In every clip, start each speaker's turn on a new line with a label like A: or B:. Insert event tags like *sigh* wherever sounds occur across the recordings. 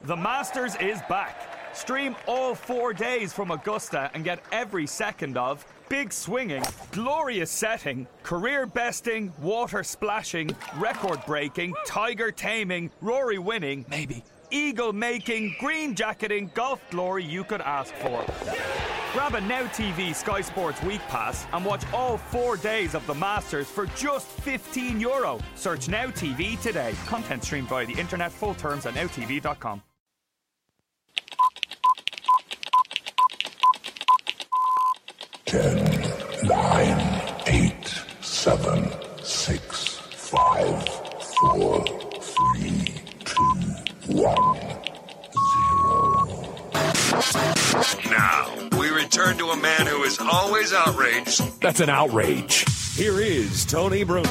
A: The Masters is back. Stream all four days from Augusta and get every second of big swinging, glorious setting, career besting, water splashing, record breaking, tiger taming, Rory winning, maybe, eagle making, green jacketing, golf glory you could ask for. Grab a Now TV Sky Sports Week Pass and watch all four days of the Masters for just 15 euro. Search Now TV today. Content streamed via the internet, full terms at nowtv.com.
B: Ten, nine, eight, seven, six, five, four, three, two, one, zero.
C: Now, we return to a man who is always outraged.
D: That's an outrage. Here is Tony Bruno.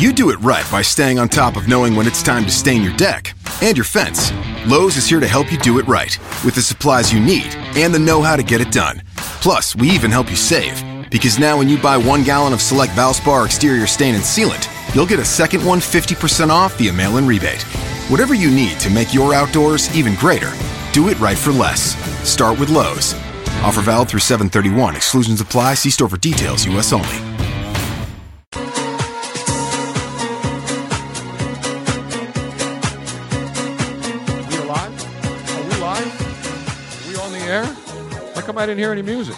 E: You do it right by staying on top of knowing when it's time to stain your deck and your fence. Lowe's is here to help you do it right with the supplies you need and the know how to get it done. Plus, we even help you save because now when you buy one gallon of select Valspar exterior stain and sealant, you'll get a second one 50% off via mail in rebate. Whatever you need to make your outdoors even greater, do it right for less. Start with Lowe's. Offer valid through 731. Exclusions apply. See store for details, U.S. only.
F: We are live? Are we live? Are we on the air? How come I didn't hear any music?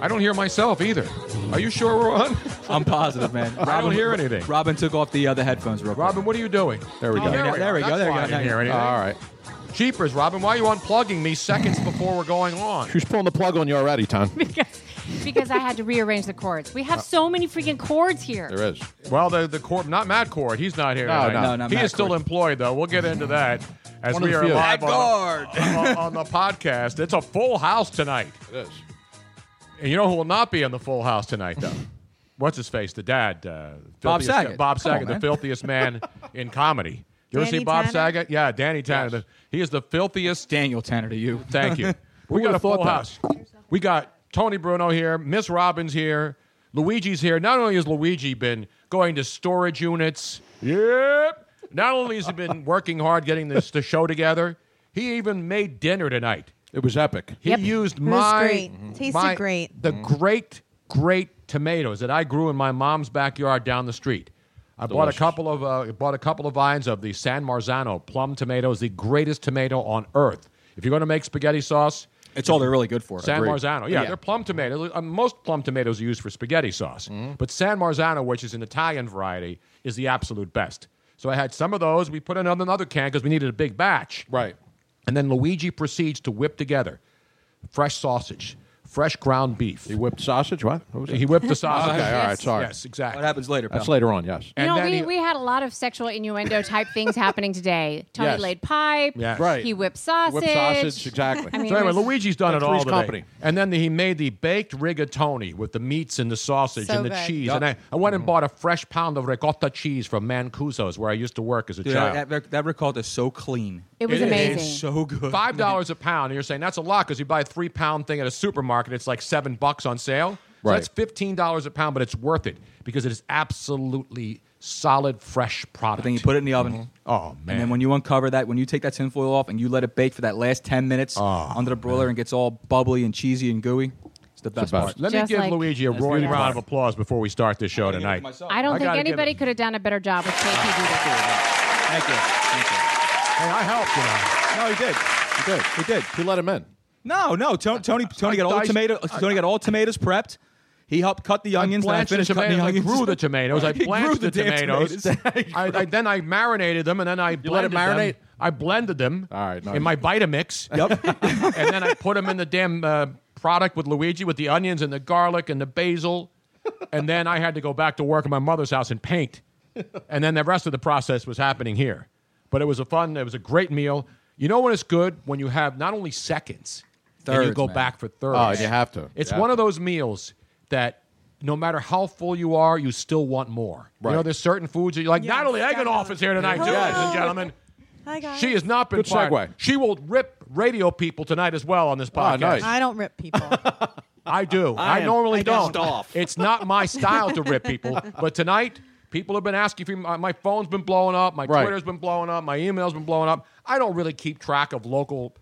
F: I don't hear myself either. Are you sure we're on?
G: *laughs* I'm positive, man.
F: *laughs* I don't hear anything.
G: Robin took off the other headphones real quick.
F: Robin, what are you doing?
G: There we go. There we go, there we
F: That's
G: go.
F: why I didn't
G: Now you-
F: hear anything. All right. Jeepers, Robin, why are you unplugging me seconds before we're going on?
H: She's pulling the plug on you already, Tom.
I: because I had to rearrange the chords. We have so many freaking chords here.
H: There is.
F: Well, the the court, not Matt Cord. He's not here.
H: No,
F: tonight.
H: no. No, not
F: he
H: Matt
F: is still
H: Cord.
F: employed though. We'll get into that as
H: One of
F: we
H: the
F: are
H: few.
F: live
H: Matt
F: on, *laughs* on, on the podcast. It's a full house tonight,
H: It is.
F: and you know who will not be on the full house tonight
G: *laughs*
F: though. What's his face? The dad, uh,
G: Bob
F: filthiest-
G: Saget.
F: Bob
G: Come on,
F: Saget, the
G: man.
F: filthiest man in comedy.
G: *laughs*
F: You ever
I: Danny
F: see Bob
I: Tanner?
F: Saget? Yeah, Danny Tanner. The- He is the filthiest
G: Daniel Tanner to you.
F: *laughs* Thank
G: *laughs*
F: you. we got a
H: would've thought
F: full
H: that?
F: house. We got Tony Bruno here, Miss Robbins here, Luigi's here. Not only has Luigi been going to storage units, yep. Not only has
H: *laughs*
F: he been working hard getting this the show together, he even made dinner tonight.
H: It was epic. Mm-hmm.
F: He used
J: was
F: my
J: great. Tasted
F: my-
J: great.
F: The great, great tomatoes that I grew in my mom's backyard down the street. I bought a
H: Delicious.
F: couple of uh, bought a couple of vines of the San Marzano plum tomatoes, the greatest tomato on earth. If you're going to make spaghetti sauce,
G: It's all they're really good for.
F: San
G: Agreed.
F: Marzano. Yeah,
G: Yeah.
F: they're plum tomatoes. Uh, most plum tomatoes are used for spaghetti sauce.
H: Mm-hmm.
F: But San Marzano, which is an Italian variety, is the absolute best. So I had some of those. We put another, another can because we needed a big batch.
H: Right.
F: And then Luigi proceeds to whip together fresh sausage, fresh ground beef. He
H: whipped sausage. What? What was *laughs*
G: *laughs*
F: He whipped the sausage.
H: Okay, all right,
F: Yes.
H: sorry.
F: Yes, exactly.
G: What happens later,
H: That's
G: pal?
H: later on. Yes.
I: You know, we, we had a lot of sexual innuendo type things happening *laughs* today. Tony
H: Yes.
I: laid pipe.
H: Yes. Right.
I: He whipped sausage. *laughs* I mean,
F: so anyway,
I: it was-
F: Luigi's done
H: That's
F: it all
H: Three's
F: today.
H: Company.
F: And then he made the baked rigatoni with the meats and the sausage
I: So
F: and the
I: good.
F: cheese.
G: Yep.
F: And I, I went
G: Mm-hmm.
F: and bought a fresh pound of ricotta cheese from Mancuso's, where I used to work as a
G: Dude,
F: child.
G: that, that, that ricotta is so clean.
I: It was
G: is
I: amazing.
G: so good. *laughs*
F: Five dollars a pound, and you're saying that's a lot because you buy a three pound thing at a supermarket, it's like seven bucks on sale. So
H: Right.
F: that's fifteen dollars a pound, but it's worth it because it is absolutely solid, fresh product.
G: Then you put it in the oven.
F: Oh man!
G: Mm-hmm. And then when you uncover that, when you take that tinfoil off and you let it bake for that last ten minutes under the broiler and gets all bubbly and cheesy and gooey, Oh, it's the best part.
F: Let me give Luigi a
G: That's the
F: roaring
G: best
F: round
G: part.
F: of applause before we start this show tonight.
I: I don't think
F: gotta give
I: anybody
F: it-
I: could have done a better job with KP
G: Thank you. Thank you.
F: Hey, I helped. You know.
G: No, he did.
H: He did. He did. He let him in.
G: No, no. Tony Tony, Tony got all the
F: diced-
G: tomato. Tony got all tomatoes prepped. He helped cut the onions. then I
F: blanched the
G: finished cutting
F: tomatoes. I
G: the onions.
F: grew the tomatoes.
G: *laughs*
F: I
G: He grew
F: blanched the,
G: the damn *laughs*
F: tomatoes.
G: tomatoes.
F: I, I, then I marinated them, and then I
H: let it
F: blended
H: marinate?
F: Them. I blended them
H: All right, nice.
F: in my Vitamix.
G: Yep.
F: *laughs* and then I put them in the damn uh, product with Luigi, with the onions and the garlic and the basil. And then I had to go back to work at my mother's house and paint. And then the rest of the process was happening here. But it was a fun, it was a great meal. You know when it's good? When you have not only seconds, and you
G: Thirds,
F: go
G: man.
F: back for thirds.
H: Oh, you have to.
F: It's
H: You have
F: one of those meals that no matter how full you are, you still want more. You know,
H: Right.
F: there's certain foods that you're like, Natalie Eganoff is here tonight, too, ladies and gentlemen.
J: Hi guys.
F: She has not been
H: Good
F: fired.
H: segue. Ah,
F: She will rip radio people tonight as well on this podcast.
H: nice.
J: I don't rip people.
F: I do.
G: I
F: I,
G: am
F: normally
G: pissed
F: don't.
G: off.
F: *laughs* It's not my style to rip people, but tonight people have been asking for my, my phone's been blowing up, my
H: Right.
F: Twitter's been blowing up, my email's been blowing up. I don't really keep track of local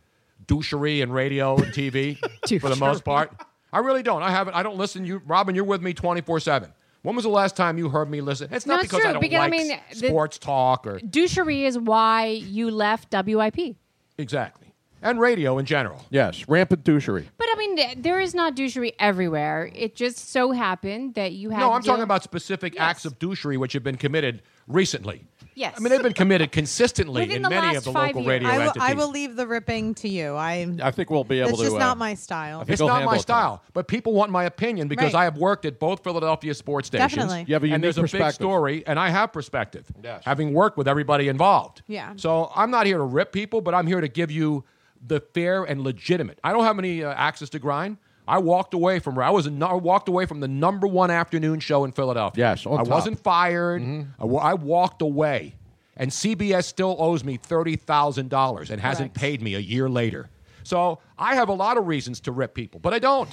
F: douchery and radio and TV for the most part. I really don't. I haven't. I don't listen. You, Robin, you're with me twenty four seven. When was the last time you heard me listen? It's not
I: No, it's
F: because
I: true,
F: I don't
I: because, I
F: like
I: mean,
F: s-
I: the-
F: sports talk or
I: dude. Douchery is why you left WIP.
F: exactly and radio in general.
H: Yes. Rampant douchery.
I: But I mean, th- there is not douchery everywhere. It just so happened that you had.
F: No,
I: to
F: I'm
I: deal-
F: talking about specific acts of douchery which have been committed recently.
I: Yes.
F: I mean, they've been committed consistently
I: Within
F: in
I: the
F: many
I: last
F: of the
I: five
F: local
I: years.
F: radio
J: I will,
F: entities.
J: I will leave the ripping to you. I'm.
H: I think we'll be able
J: That's
H: to.
J: just
H: uh,
J: not my style.
H: I think
F: it's
H: we'll
F: not
H: handle
F: my
H: it
F: style, but people want my opinion because
J: Right.
F: I have worked at both Philadelphia sports stations.
J: Definitely.
H: You have a
F: and there's
H: unique
F: a big
H: perspective.
F: story, and I have perspective,
H: Yes.
F: having worked with everybody involved.
J: Yeah.
F: So I'm not here to rip people, but I'm here to give you the fair and legitimate. I don't have any uh, access to grind. I walked away from. I was I walked away from the number one afternoon show in Philadelphia.
H: Yes, on
F: I
H: top. Mm-hmm.
F: wasn't fired. I, wa- I walked away, and CBS still owes me thirty thousand dollars and hasn't paid me a year later. So I have a lot of reasons to rip people, but I don't.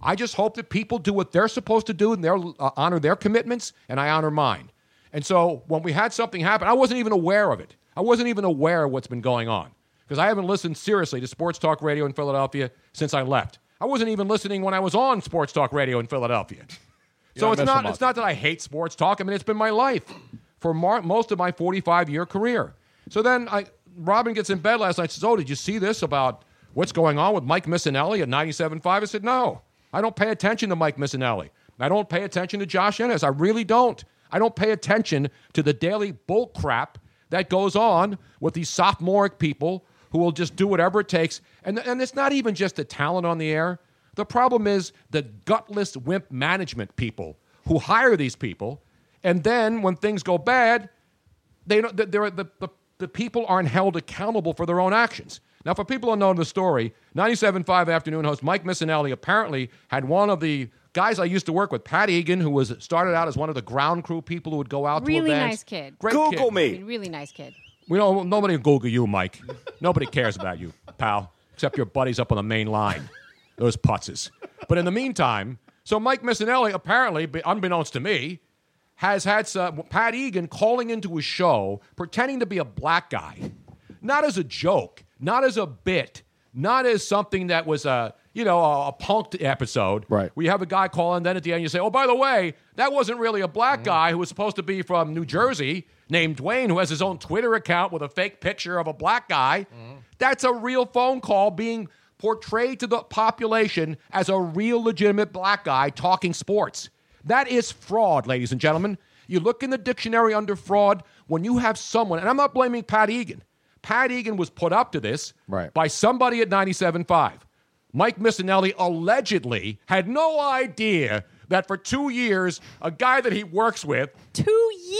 F: I just hope that people do what they're supposed to do and they uh, honor their commitments, and I honor mine. And so when we had something happen, I wasn't even aware of it. I wasn't even aware of what's been going on because I haven't listened seriously to sports talk radio in Philadelphia since I left. I wasn't even listening when I was on sports talk radio
H: *laughs*
F: in Philadelphia. So
H: don't
F: it's
H: mess
F: not
H: them up.
F: it's not that I hate sports talk. I mean, it's been my life for mar- most of my 45 year career. So then I Robin gets in bed last night. and Says, "Oh, did you see this about what's going on with Mike Missinelli at 97.5?" I said, "No, I don't pay attention to Mike Missinelli. I don't pay attention to Josh Ennis. I really don't. I don't pay attention to the daily bull crap that goes on with these sophomoric people who will just do whatever it takes. And, and it's not even just the talent on the air. The problem is the gutless wimp management people who hire these people, and then when things go bad, they don't, they're, the, the, the people aren't held accountable for their own actions. Now, for people who don't know the story, 97.5 afternoon host Mike Missinelli apparently had one of the guys I used to work with, Pat Egan, who was started out as one of the ground crew people who would go out
I: Really
F: to events.
I: nice kid.
F: Great
D: Google
F: kid.
I: I
D: me.
I: mean, really nice kid.
F: We don't. Nobody will Google you, Mike. Nobody cares about you, pal, except your buddies up on the main line, those putzes. But in the meantime, so Mike Missinelli apparently, be- unbeknownst to me, has had some, Pat Egan calling into his show pretending to be a black guy, not as a joke, not as a bit, not as something that was a you know a, a punked episode.
H: Right.
F: We have a guy call in, then at the end you say, "Oh, by the way, that wasn't really a black
H: Mm.
F: guy who was supposed to be from New Jersey, named Dwayne, who has his own Twitter account with a fake picture of a black guy.
H: Mm.
F: That's a real phone call being." Portrayed to the population as a real legitimate black guy talking sports. That is fraud, ladies and gentlemen. You look in the dictionary under fraud when you have someone, and I'm not blaming Pat Egan. Pat Egan was put up to this
H: Right.
F: by somebody at 97.5. Mike Missinelli allegedly had no idea that for two years, a guy that he works with.
J: Two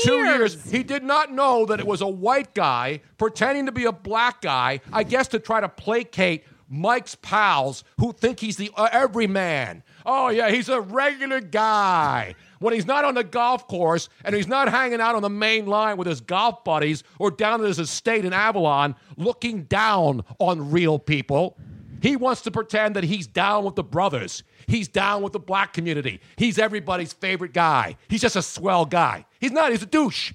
F: Two years. He did not know that it was a white guy pretending to be a black guy, I guess to try to placate Mike's pals who think he's the uh, everyman. Oh, yeah, he's a regular guy. When he's not on the golf course and he's not hanging out on the main line with his golf buddies or down at his estate in Avalon looking down on real people, he wants to pretend that he's down with the brothers. He's down with the black community. He's everybody's favorite guy. He's just a swell guy. He's not, he's a douche.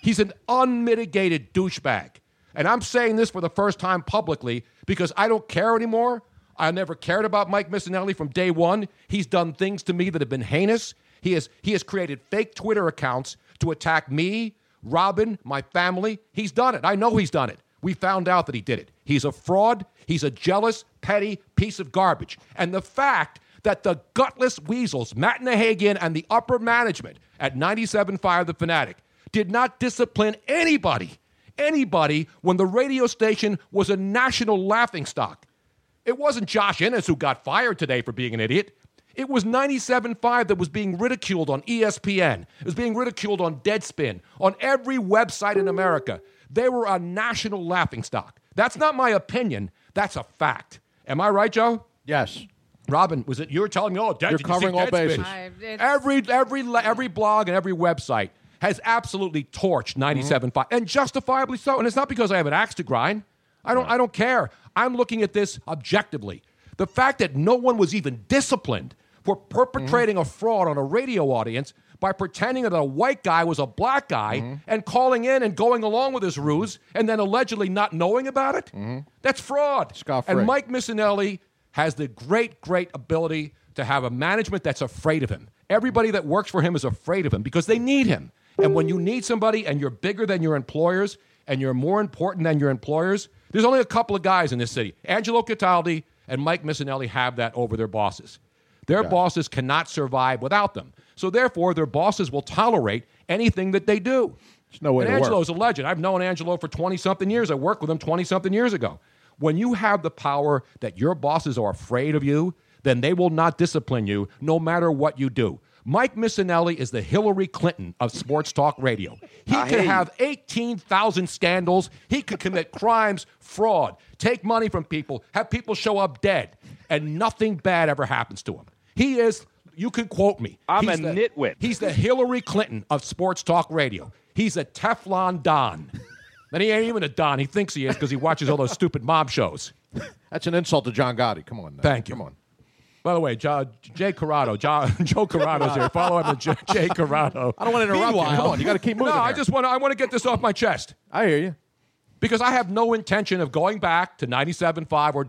F: He's an unmitigated douchebag. And I'm saying this for the first time publicly because I don't care anymore. I never cared about Mike Missinelli from day one. He's done things to me that have been heinous. He has, he has created fake Twitter accounts to attack me, Robin, my family. He's done it. I know he's done it. We found out that he did it. He's a fraud. He's a jealous, petty piece of garbage. And the fact that the gutless weasels, Matt Nahagian and the upper management at 97.5 The Fanatic, did not discipline anybody, anybody, when the radio station was a national laughingstock. It wasn't Josh Ennis who got fired today for being an idiot. It was 97.5 that was being ridiculed on E ESPN. It was being ridiculed on Deadspin, on every website in America. They were a national laughingstock. That's not my opinion. That's a fact. Am I right, Joe?
H: Yes.
F: Robin, was it you were telling me? Oh, Dead,
H: You're
F: did you see
H: covering all
F: Deadspin?
H: bases.
I: I- it's-
F: every every le- every blog and every website has absolutely torched 97.5 and justifiably so and it's not because i have an axe to grind i don't i don't care i'm looking at this objectively the fact that no one was even disciplined for perpetrating a fraud on a radio audience by pretending that a white guy was a black guy and calling in and going along with his ruse and then allegedly not knowing about it that's fraud
H: Free.
F: and Mike Missinelli has the great, great ability to have a management that's afraid of him. Everybody that works for him is afraid of him because they need him. And when you need somebody and you're bigger than your employers and you're more important than your employers, there's only a couple of guys in this city. Angelo Cataldi and Mike Missinelli have that over their bosses. Their bosses cannot survive without them. So therefore, their bosses will tolerate anything that they do. There's
H: no way
F: and
H: to work.
F: Angelo is a legend. I've known Angelo for 20 something years. I worked with him 20 something years ago. When you have the power that your bosses are afraid of you, then they will not discipline you no matter what you do. Mike Missinelli is the Hillary Clinton of sports talk radio. He
K: Ah,
L: I hear
F: could
L: you.
F: have 18,000 scandals. He could commit crimes, fraud, take money from people, have people show up dead, and nothing bad ever happens to him. He is, you can quote me.
K: I'm
F: He's
K: a
F: the-
K: nitwit.
F: He's the Hillary Clinton of sports talk radio. He's a Teflon Don. *laughs* and he ain't even a Don. He thinks he is because he watches all those stupid mob shows.
H: That's an insult to John Gotti. Come on. Now.
F: Thank you. Come on. By the way, jo- Jay Corrado, jo- *laughs* Joe Corrado's here. Follow him
H: *laughs*
F: at J- Jay Corrado.
H: I don't wanna interrupt you.
F: Meanwhile-
H: Come on, you gotta keep moving
F: No, I
H: here.
F: just want to. I want to get this off my chest.
H: I hear you.
F: Because I have no intention of going back to 97.5 or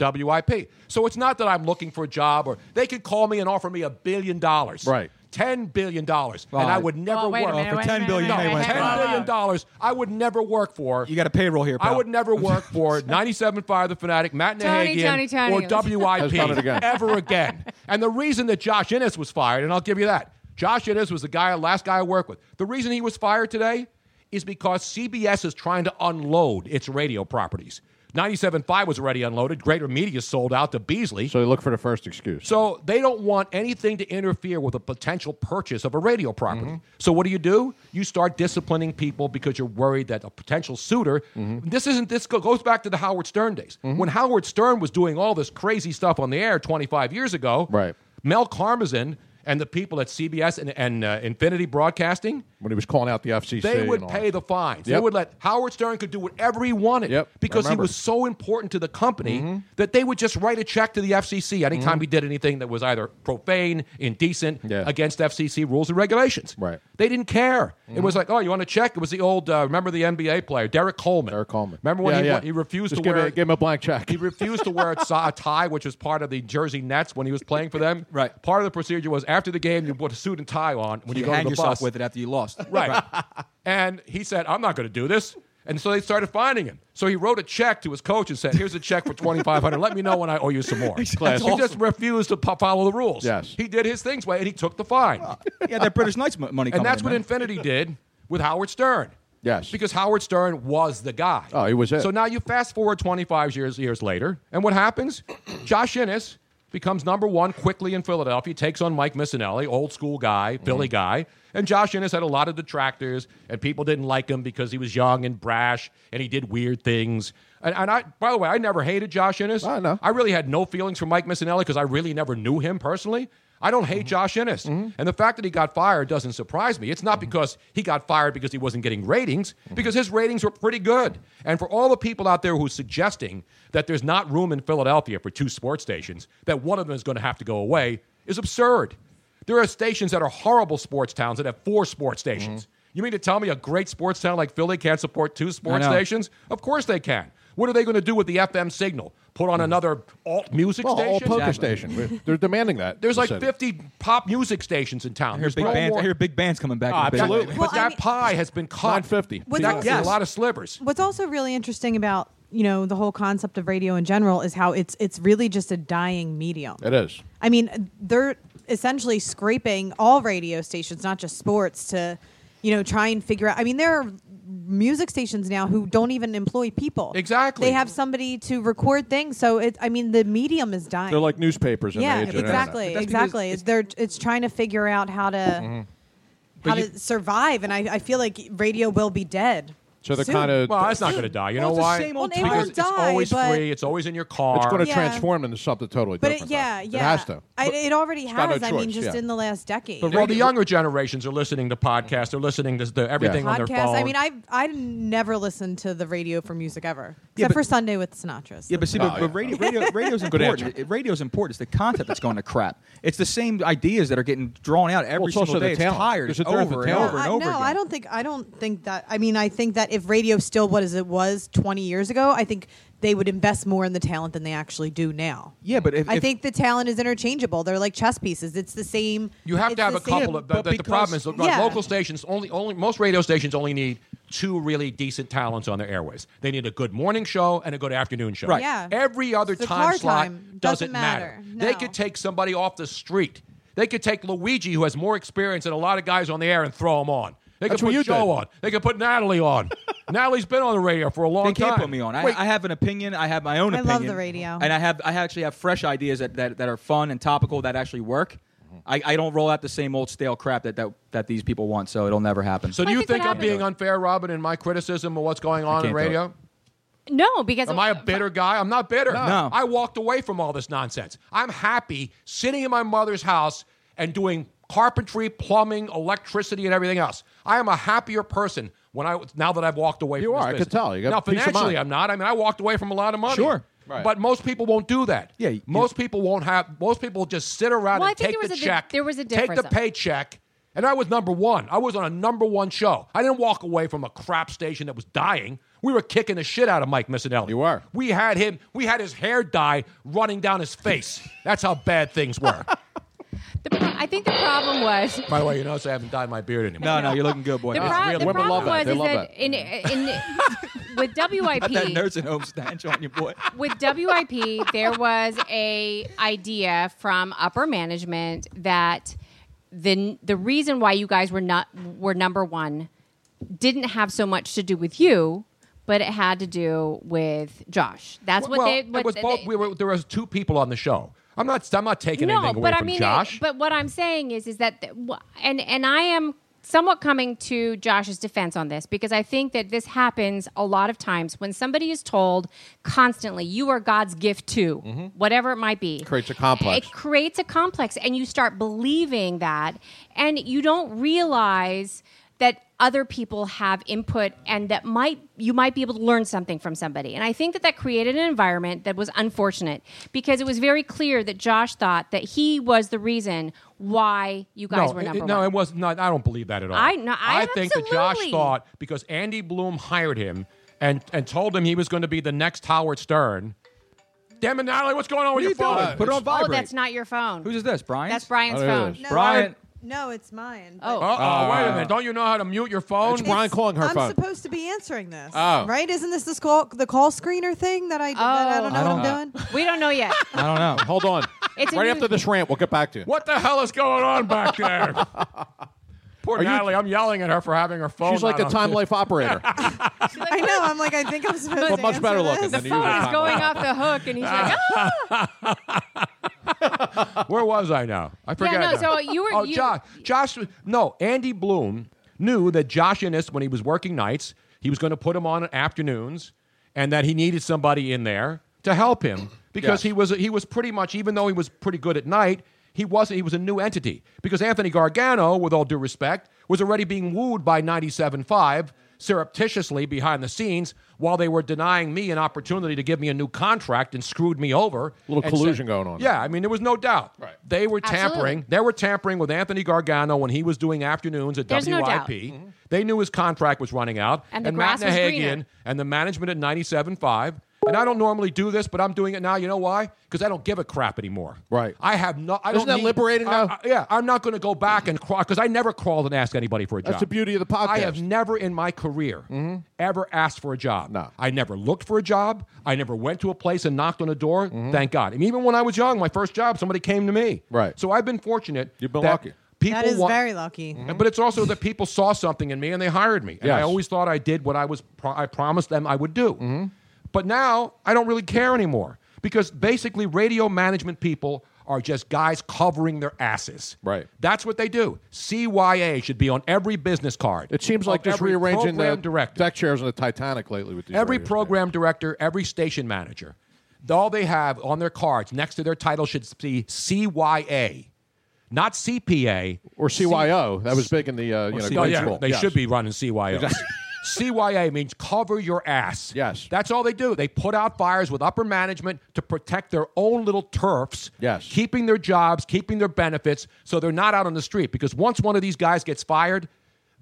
F: WIP. So it's not that I'm looking for a job or they could call me and offer me a billion dollars. Right. $10 billion. and I would never
I: Well, Oh, wait a
F: work
I: minute, Well, for wait a $10 minute,
F: billion
I: billion,
F: no,
I: they went
F: $10 billion dollars I would never work for. You
G: got a payroll here,
F: I would never work for 97.5 The Fanatic, Matt
I: Tony, Tony,
F: Nahagian,
I: Tony.
F: or WIP
I: *laughs*
H: Let's not do it again.
F: ever again. And the reason that Josh Innes was fired, and I'll give you that, Josh Innes was the guy, last guy I worked with. The reason he was fired today is because CBS is trying to unload its radio properties. 97.5 was already unloaded. Greater Media sold out to Beasley.
H: So you look for the first excuse.
F: So they don't want anything to interfere with a potential purchase of a radio property.
H: Mm-hmm.
F: So what do you do? You start disciplining people because you're worried that a potential suitor.
H: Mm-hmm.
F: This isn't this go- goes back to the Howard Stern days when Howard Stern was doing all this crazy stuff on the air 25 years ago. Right. Mel Karmazin and the people at CBS and, and uh, Infinity Broadcasting.
H: When he was calling out the FCC.
F: They
H: and
F: would
H: all
F: pay
H: that.
F: the fines. They
H: Yep.
F: would let Howard Stern could do whatever he wanted because he
H: remember. Mm-hmm.
F: was so important to the company that they would just write a check to the FCC anytime he did anything that was either profane, indecent, against FCC rules and regulations. Right. They didn't care.
H: Mm-hmm.
F: It was like, oh, you want a check? It was the old uh, remember the NBA player Derek Coleman. Derek Coleman. Remember when
H: Yeah,
F: he,
H: yeah.
F: wa- he refused
H: Just
F: to
H: give
F: wear
H: it- give him a blank check.
F: he refused to wear a, si- a tie, which was part of the Jersey Nets when he was playing
G: *laughs*
F: for them. Right. Part of the procedure was after the game, you put a suit and tie on when you,
G: you
F: go
G: hang
F: to the
G: yourself
F: bus.
G: with it after you lost.
F: *laughs* Right. and he said, I'm not going to do this. And so they started finding him. So he wrote a check to his coach and said, Here's a check for 2500 Let me know when I owe you some more.
G: That's
F: He
G: awesome.
F: just refused to po- follow the rules.
G: Yes.
F: He did his things way and he took the fine.
G: *laughs* Yeah, that British Knights mo- money.
F: and
G: coming
F: that's
G: in,
F: what
G: man. *laughs*
F: Infinity did with Howard Stern.
H: Yes.
F: Because Howard Stern was the guy.
H: Oh, he was it.
F: So now you fast forward 25 years, years later, and what happens? *clears throat* Josh Innes becomes number one quickly in Philadelphia, takes on Mike Missinelli, old school guy, Philly guy. And Josh Innes had a lot of detractors, and people didn't like him because he was young and brash and he did weird things. And, and I, by the way, I never hated Josh Innes. I know. I really had no feelings for Mike Missinelli because I really never knew him personally. I don't hate Josh Innes.
H: Mm-hmm.
F: And the fact that he got fired doesn't surprise me. It's not because he got fired because he wasn't getting ratings,
H: Mm-hmm.
F: because his ratings were pretty good. And for all the people out there who are suggesting that there's not room in Philadelphia for two sports stations, that one of them is going to have to go away, is absurd. There are stations that are horrible sports towns that have four sports
H: Mm-hmm.
F: stations. You mean to tell me a great sports town like Philly can't support two sports
H: know.
F: stations? Of course they can. What are they going to do with the FM signal? Put on another alt music
H: Mm-hmm. Well,
F: station?
H: all poker station. We're- They're demanding that.
F: There's like
H: Said it.
F: 50 pop music stations in
G: I
F: town.
G: hear,
F: There's
G: big
F: no
G: bands,
F: more.
G: I hear big bands coming back.
F: Ah,
G: in a bit.
F: absolutely. but that pie has been caught.
H: 950.
F: That
J: Without-
F: gives
J: Yes.
F: a lot of slivers.
J: What's also really interesting about you know the whole concept of radio in general is how it's it's really just a dying medium.
H: It is.
J: I mean, they're essentially scraping all radio stations, not just sports, to you know try and figure out. I mean, there are music stations now who don't even employ people.
F: Exactly.
J: They have somebody to record things, so it. I mean, the medium is dying.
H: They're like newspapers. in
J: yeah,
H: the age of internet.
J: exactly, exactly. It's, they're it's trying to figure out how to
H: Mhm.
J: how
H: But you-
J: to survive, and I, I feel like radio will be dead.
H: So they're
J: soon.
H: kind of.
F: Well, it's not going to die. You know why?
J: Well,
F: because
J: they won't
F: it's
J: die,
F: always
J: but-
F: free. It's always in your car.
H: It's going to
J: Yeah.
H: transform into something totally
J: But it,
H: different.
J: yeah,
H: though.
J: yeah,
H: It has to.
J: I, it already
H: it's got no
J: has. I mean,
H: choice,
J: just
H: yeah.
J: in the last decade.
F: But Rob, the younger generations are listening to podcasts. They're listening to the, everything on their
J: podcast.
F: phone.
J: I mean, I've I never listened to the radio for music ever, except
G: but-
J: for Sunday with Sinatra.
G: Yeah, but see, but, but radio, radio,
F: *laughs*
G: radio's
J: Good
G: important. It- Radio's important. It's the content that's going to crap. It's the same ideas that are getting drawn out every
H: it's also
G: single
H: the
G: day. It's
H: talent.
G: tired.
H: It's
G: It's,
H: a threat of
G: over
H: the
G: and
H: talent.
G: over and
J: I,
G: over
J: no,
G: again.
J: I don't think I don't think that. I mean, I think that if radio still what is it was twenty years ago, I think they would invest more in the talent than they actually do now.
G: yeah, but if,
J: I
G: if-
J: think the talent is interchangeable. They're like chess pieces. It's the same.
F: You have
J: it's
F: to have
J: the
F: a couple
J: same-
F: of the, the, the problem is that
J: Yeah.
F: local stations only only most radio stations only need two really decent talents on their airways. They need a good morning show and a good afternoon show.
G: Right. Yeah.
F: Every other
G: It's the
F: time
G: car
F: slot
G: time.
F: doesn't,
G: Doesn't
F: matter.
G: matter.
F: They
G: No.
F: could take somebody off the street. They could take Luigi, who has more experience than a lot of guys on the air, and throw him on. They could
G: That's what
F: put
G: you
F: Joe
G: did.
F: on. They could put Natalie on.
G: *laughs*
F: Natalie's been on the radio for a long
G: they
F: time.
G: can't put me on. I,
F: Wait,
G: I have an opinion. I have my own
J: I love
G: opinion.
J: the radio.
G: And I have I actually have fresh ideas that, that, that are fun and topical that actually work.
F: Mm-hmm.
G: I, I don't roll out the same old stale crap that, that, that these people want, so it'll never happen.
F: so do you think I'm being unfair, Robin, in my criticism of what's going on in
G: can't do it.
F: radio?
I: No, because
F: Am I a bitter guy? I'm not bitter.
G: No. No.
F: I walked away from all this nonsense. I'm happy sitting in my mother's house and doing carpentry, plumbing, electricity, and everything else. I am a happier person when I now that I've walked away.
H: You
F: from
H: are. I
F: This
H: could
F: business.
H: tell. You got
F: now
H: peace of mind.
F: financially, I'm not. I mean, I walked away from a lot of money.
H: Sure. Right.
F: But most people won't do that. Yeah. Most people won't have. Most people just sit around
I: Well, I
F: and
I: think
F: take
I: there
F: the
I: was a di-
F: check.
I: there was a
F: take the
I: difference, though.
F: paycheck. And I was number one. I was on a number one show. I didn't walk away from a crap station that was dying. We were kicking the shit out of Mike Missinelli. You are. We had him. We had his hair dye running down his face. That's how bad
I: *laughs*
F: things were.
I: I think the problem was
F: By the way, you notice I haven't dyed my beard anymore.
G: No, no, you're looking good, boy.
I: the,
F: It's
I: pro-
F: real.
I: the
F: Women
I: problem
F: love
I: was
F: that. They
I: is
F: love
I: that, in in
F: *laughs*
I: with
G: *laughs* Got that
I: WIP
G: nursing home stench on you, boy.
I: with WIP there was a idea from upper management that the the reason why you guys were not were number 1 didn't have so much to do with you but it had to do with Josh. That's what
F: well,
I: they what
F: it was
I: they-
F: both. we were, there was two people on the show. I'm not. I'm not taking anything away
I: but
F: from
I: I mean,
F: Josh.
I: it- but what I'm saying is, is that, th- wh- and and I am somewhat coming to Josh's defense on this because I think that this happens a lot of times when somebody is told constantly, "You are God's gift to
F: Mm-hmm.
I: whatever it might be."
H: Creates a complex.
I: It creates a complex, and you start believing that, and you don't realize that other people have input and that might you might be able to learn something from somebody and i think that that created an environment that was unfortunate because it was very clear that josh thought that he was the reason why you guys
F: no,
I: were
F: it-
I: number
F: it,
I: one
F: no, it was not. I don't believe that at all.
I: I- no, I-
F: think that Josh
I: absolutely.
F: thought because Andy Bloom hired him and and told him he was going to be the next Howard Stern. Damn it, Natalie, what's going on with
G: What
F: your
G: are you
F: phone?
G: doing? Put it on
I: oh that's not your phone
G: Who's is this, Brian?
I: that's brian's
F: Oh,
I: phone
F: No,
G: Brian.
J: No, it's mine.
I: Oh,
F: Uh-oh, wait
H: Uh,
F: a minute. Don't you know how to mute your phone?
J: It's- I'm supposed to be answering this.
F: Oh.
J: Right? Isn't this the call, the call screener thing that I, that I don't know
H: I
J: what
H: don't-
J: I'm doing?
I: Oh. we don't know yet
H: I don't know. Hold on.
I: It's a
H: right
I: new-
H: after this rant, we'll get back to you.
F: *laughs* What the hell is going on back there? Poor
H: Are you-
F: Natalie, I'm yelling at her for having her phone.
H: She's like
F: not
H: a
F: on.
H: time life operator.
J: *laughs* I know. I'm like, I think I'm supposed
H: But
J: to
H: much
J: answer
H: better
J: this.
H: looking than The
I: phone is going off the hook and he's like
F: Where was I now? I forgot.
I: no,
F: now.
I: so you were-
F: Oh,
I: you-
F: Josh. Josh. No, Andy Bloom knew that Josh Innes, when he was working nights, he was going to put him on afternoons, and that he needed somebody in there to help him because
H: Yes.
F: he was he was pretty much even though he was pretty good at night. He wasn't. He was a new entity because Anthony Gargano, with all due respect, was already being wooed by 97.5 surreptitiously behind the scenes while they were denying me an opportunity to give me a new contract and screwed me over.
H: Little
F: and said-
H: collusion going on.
F: Yeah, I mean there was no doubt. Right. They were
H: Absolutely.
F: tampering. They were tampering with Anthony Gargano when he was doing afternoons at
H: There's no
F: WIP.
H: doubt.
F: They knew his contract was running out,
H: And the
F: Matt
H: grass was
F: Nahagian
H: greener.
F: and the management at 97.5. And I don't normally do this, but I'm doing it now. You know why? Because I don't give a crap anymore. Right. I have no. I
H: Isn't
F: don't
H: that
F: need-
H: liberating
F: I-
H: now?
F: I- yeah, I'm not going to go back and crawl because I never crawled and asked anybody for a job.
H: That's the beauty of the podcast.
F: I have never in my career ever asked for a job. Mm-hmm. No. I never looked for a job. I never went to a place and knocked on a door. Thank God. And even when I was young, my first job, somebody came to me. Right. So I've been fortunate. You've been
H: lucky.
F: People Mm-hmm.
J: that is
F: wa-
J: very lucky. Mm-hmm.
F: But it's also that people saw something in me and they hired me. And I
H: Yes.
F: always thought I did what I was pro- I promised them I would do. But now I don't really care anymore because basically radio management people are just guys covering their asses. Right. That's what they do. CYA should be on every business card.
H: It seems like
F: of
H: just
F: every
H: rearranging the
F: program director.
H: deck chairs on the Titanic lately with these.
F: Every
H: radio-
F: program director, every station manager, all they have on their cards next to their title should be CYA, not CPA
H: or CYO. that was big in the uh, you know.
F: Oh,
H: grade
F: yeah,
H: school.
F: they
H: Yes.
F: should be running CYO. *laughs*
H: Exactly.
F: CYA means cover your ass. Yes. That's all they do. They put out fires with upper management to protect their own little turfs, yes. keeping their jobs, keeping their benefits, so they're not out on the street. Because once one of these guys gets fired,